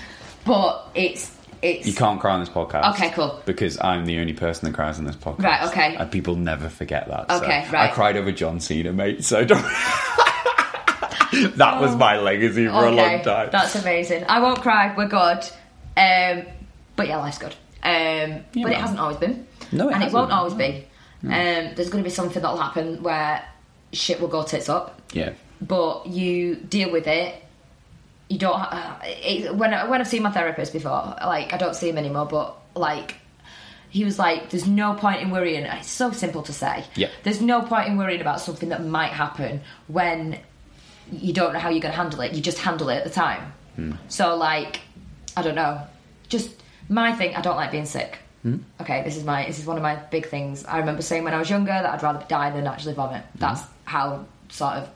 Speaker 2: but it's it's
Speaker 1: You can't cry on this podcast.
Speaker 2: Okay, cool.
Speaker 1: Because I'm the only person that cries on this podcast.
Speaker 2: Right, okay.
Speaker 1: And people never forget that.
Speaker 2: Okay,
Speaker 1: so.
Speaker 2: right.
Speaker 1: I cried over John Cena, mate, so don't. that was my legacy for a long time.
Speaker 2: Oh. That's amazing. I won't cry. We're good. Um, but yeah, life's good. Um, but it
Speaker 1: well.
Speaker 2: hasn't always been.
Speaker 1: No, it
Speaker 2: and it
Speaker 1: hasn't.
Speaker 2: won't
Speaker 1: Mm.
Speaker 2: always be. Um, there's going to be something that'll happen where shit will go tits up.
Speaker 1: Yeah.
Speaker 2: but you deal with it. You don't. Uh, it, when I, when I've seen my therapist before, like I don't see him anymore, but like he was like, "There's no point in worrying." It's so simple to say.
Speaker 1: Yeah.
Speaker 2: There's no point in worrying about something that might happen when you don't know how you're going to handle it. You just handle it at the time. So like, I don't know. Just my thing. I don't like being sick.
Speaker 1: Hmm?
Speaker 2: Okay, this is my this is one of my big things. I remember saying when I was younger that I'd rather die than actually vomit.
Speaker 1: Hmm?
Speaker 2: That's how sort of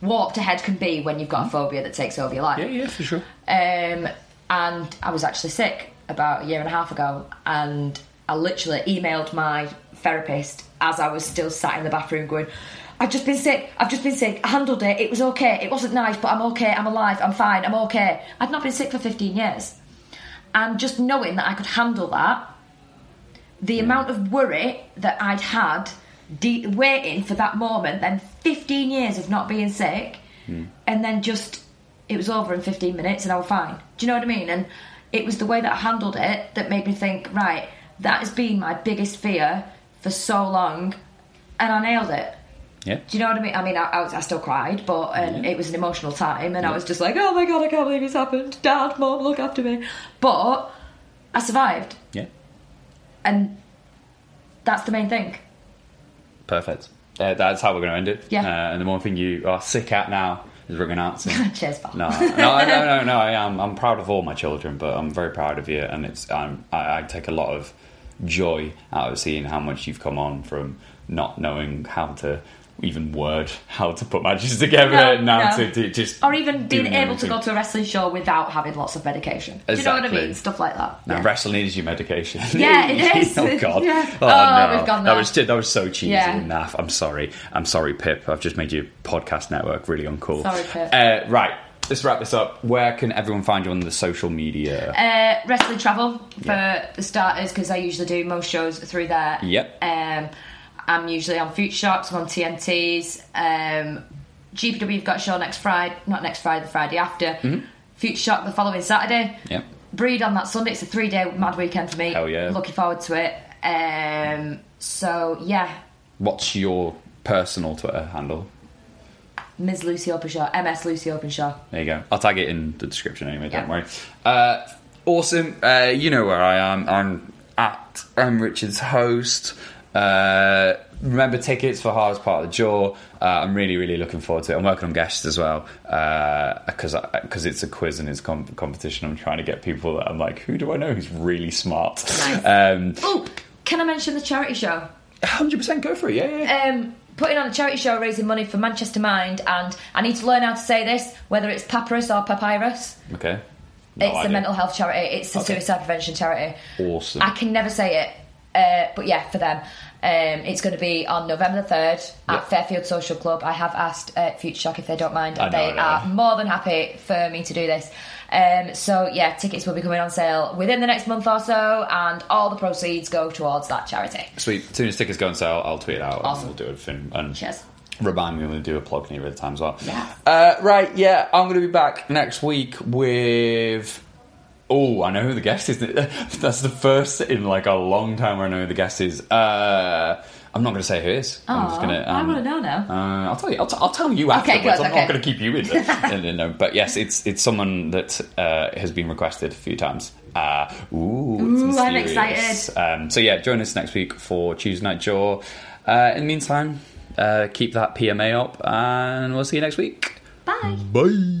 Speaker 2: warped a head can be when you've got a phobia that takes over your life.
Speaker 1: Hmm? Yeah, yeah, for sure.
Speaker 2: Um, and I was actually sick about a year and a half ago, and I literally emailed my therapist as I was still sat in the bathroom going, I've just been sick, I've just been sick, I handled it, it was okay, it wasn't nice, but I'm okay, I'm alive, I'm fine, I'm okay. I'd not been sick for 15 years. And just knowing that I could handle that, the amount of worry that I'd had de- waiting for that moment, then 15 years of not being sick, and then just it was over in 15 minutes and I was fine. Do you know what I mean? And it was the way that I handled it that made me think, right, that has been my biggest fear for so long, and I nailed it.
Speaker 1: Yeah.
Speaker 2: Do you know what I mean? I mean, I, I, was, I still cried, but and it was an emotional time, and I was just like, oh my god, I can't believe it's happened. Dad, mom, look after me. But I survived,
Speaker 1: Yeah.
Speaker 2: and that's the main thing.
Speaker 1: Perfect. Uh, that's how we're going to end it.
Speaker 2: Yeah.
Speaker 1: Uh, and the one thing you are sick at now is ringing out. to him.
Speaker 2: Cheers, pal.
Speaker 1: No, no, no, no, no. I am. I'm proud of all my children, but I'm very proud of you, and it's. I'm, I, I take a lot of joy out of seeing how much you've come on from not knowing how to even word how to put matches together,
Speaker 2: No,
Speaker 1: and now
Speaker 2: no.
Speaker 1: to, to just
Speaker 2: Or even being
Speaker 1: doing
Speaker 2: able to
Speaker 1: everything.
Speaker 2: go to a wrestling show without having lots of medication. Do you know what
Speaker 1: Exactly.
Speaker 2: I mean? Stuff like that.
Speaker 1: No,
Speaker 2: Yeah.
Speaker 1: wrestling is your medication.
Speaker 2: Yeah, it is.
Speaker 1: oh God.
Speaker 2: Yeah.
Speaker 1: Oh,
Speaker 2: Oh,
Speaker 1: no.
Speaker 2: we've gone
Speaker 1: that
Speaker 2: there.
Speaker 1: was that was so cheesy
Speaker 2: Yeah.
Speaker 1: and naff. I'm sorry. I'm sorry, Pip. I've just made your podcast network really uncool.
Speaker 2: Sorry, Pip.
Speaker 1: Uh, right. Let's wrap this up. Where can everyone find you on the social media?
Speaker 2: Uh, wrestling travel for the starters because I usually do most shows through there.
Speaker 1: Yep.
Speaker 2: Um, I'm usually on Food Shops, I'm on TNTs. Um, GPW have got a show next Friday, not next Friday, the Friday after. Future Shock the following Saturday.
Speaker 1: Mm-hmm. Yep.
Speaker 2: Breed on that Sunday. It's a three day mad weekend for me.
Speaker 1: Hell yeah.
Speaker 2: Looking forward to it. Um, so yeah,
Speaker 1: What's your personal Twitter handle?
Speaker 2: Ms. Lucy Openshaw, MS Lucy Openshaw.
Speaker 1: There you go. I'll tag it in the description anyway. Don't
Speaker 2: Yeah.
Speaker 1: worry. Uh, awesome. Uh, you know where I am. I'm at I'm Richard's host. Uh, remember tickets for hardest part of the jaw. Uh, I'm really, really looking forward to it. I'm working on guests as well uh, because because it's a quiz and it's com- competition. I'm trying to get people that I'm like, who do I know who's really smart? Um,
Speaker 2: Oh, can I mention the charity show?
Speaker 1: 100% go for it. Yeah, yeah. yeah.
Speaker 2: um, putting on a charity show raising money for Manchester Mind, and I need to learn how to say this, whether it's papyrus or papyrus.
Speaker 1: okay. No
Speaker 2: Uh, it's a
Speaker 1: idea.
Speaker 2: mental health charity. It's a
Speaker 1: Okay.
Speaker 2: suicide prevention charity.
Speaker 1: Awesome.
Speaker 2: I can never say it, uh, but yeah, for them, um, it's going to be on November the third at
Speaker 1: Yep.
Speaker 2: Fairfield Social Club. I have asked uh, Future Shock if they don't mind,
Speaker 1: I
Speaker 2: and
Speaker 1: know,
Speaker 2: they
Speaker 1: I know.
Speaker 2: are more than happy for me to do this. Um, so yeah, tickets will be coming on sale within the next month or so, and all the proceeds go towards that charity.
Speaker 1: Sweet. As soon as tickets go on sale, I'll tweet it out
Speaker 2: Awesome.
Speaker 1: and we'll do it. And, and
Speaker 2: Cheers.
Speaker 1: Remind me when we do a plug near the time as well.
Speaker 2: Yeah.
Speaker 1: Uh, right, yeah, I'm going to be back next week with. Oh, I know who the guest is. That's the first in like a long time where I know who the guest is. Uh, I'm not going to say who it is. I'm just
Speaker 2: Aw,
Speaker 1: going
Speaker 2: I wanna know now.
Speaker 1: Uh, I'll tell you. I'll, t- I'll tell you
Speaker 2: Okay,
Speaker 1: afterwards.
Speaker 2: good,
Speaker 1: I'm
Speaker 2: okay.
Speaker 1: not going to keep you in. there. no, no, no. But yes, it's it's someone that uh, has been requested a few times. Uh, ooh, it's
Speaker 2: Ooh, I'm
Speaker 1: mysterious.
Speaker 2: excited.
Speaker 1: Um, so yeah, join us next week for Tuesday Night Jaw. Uh, in the meantime, uh, keep that PMA up, and we'll see you next week.
Speaker 2: Bye.
Speaker 1: Bye.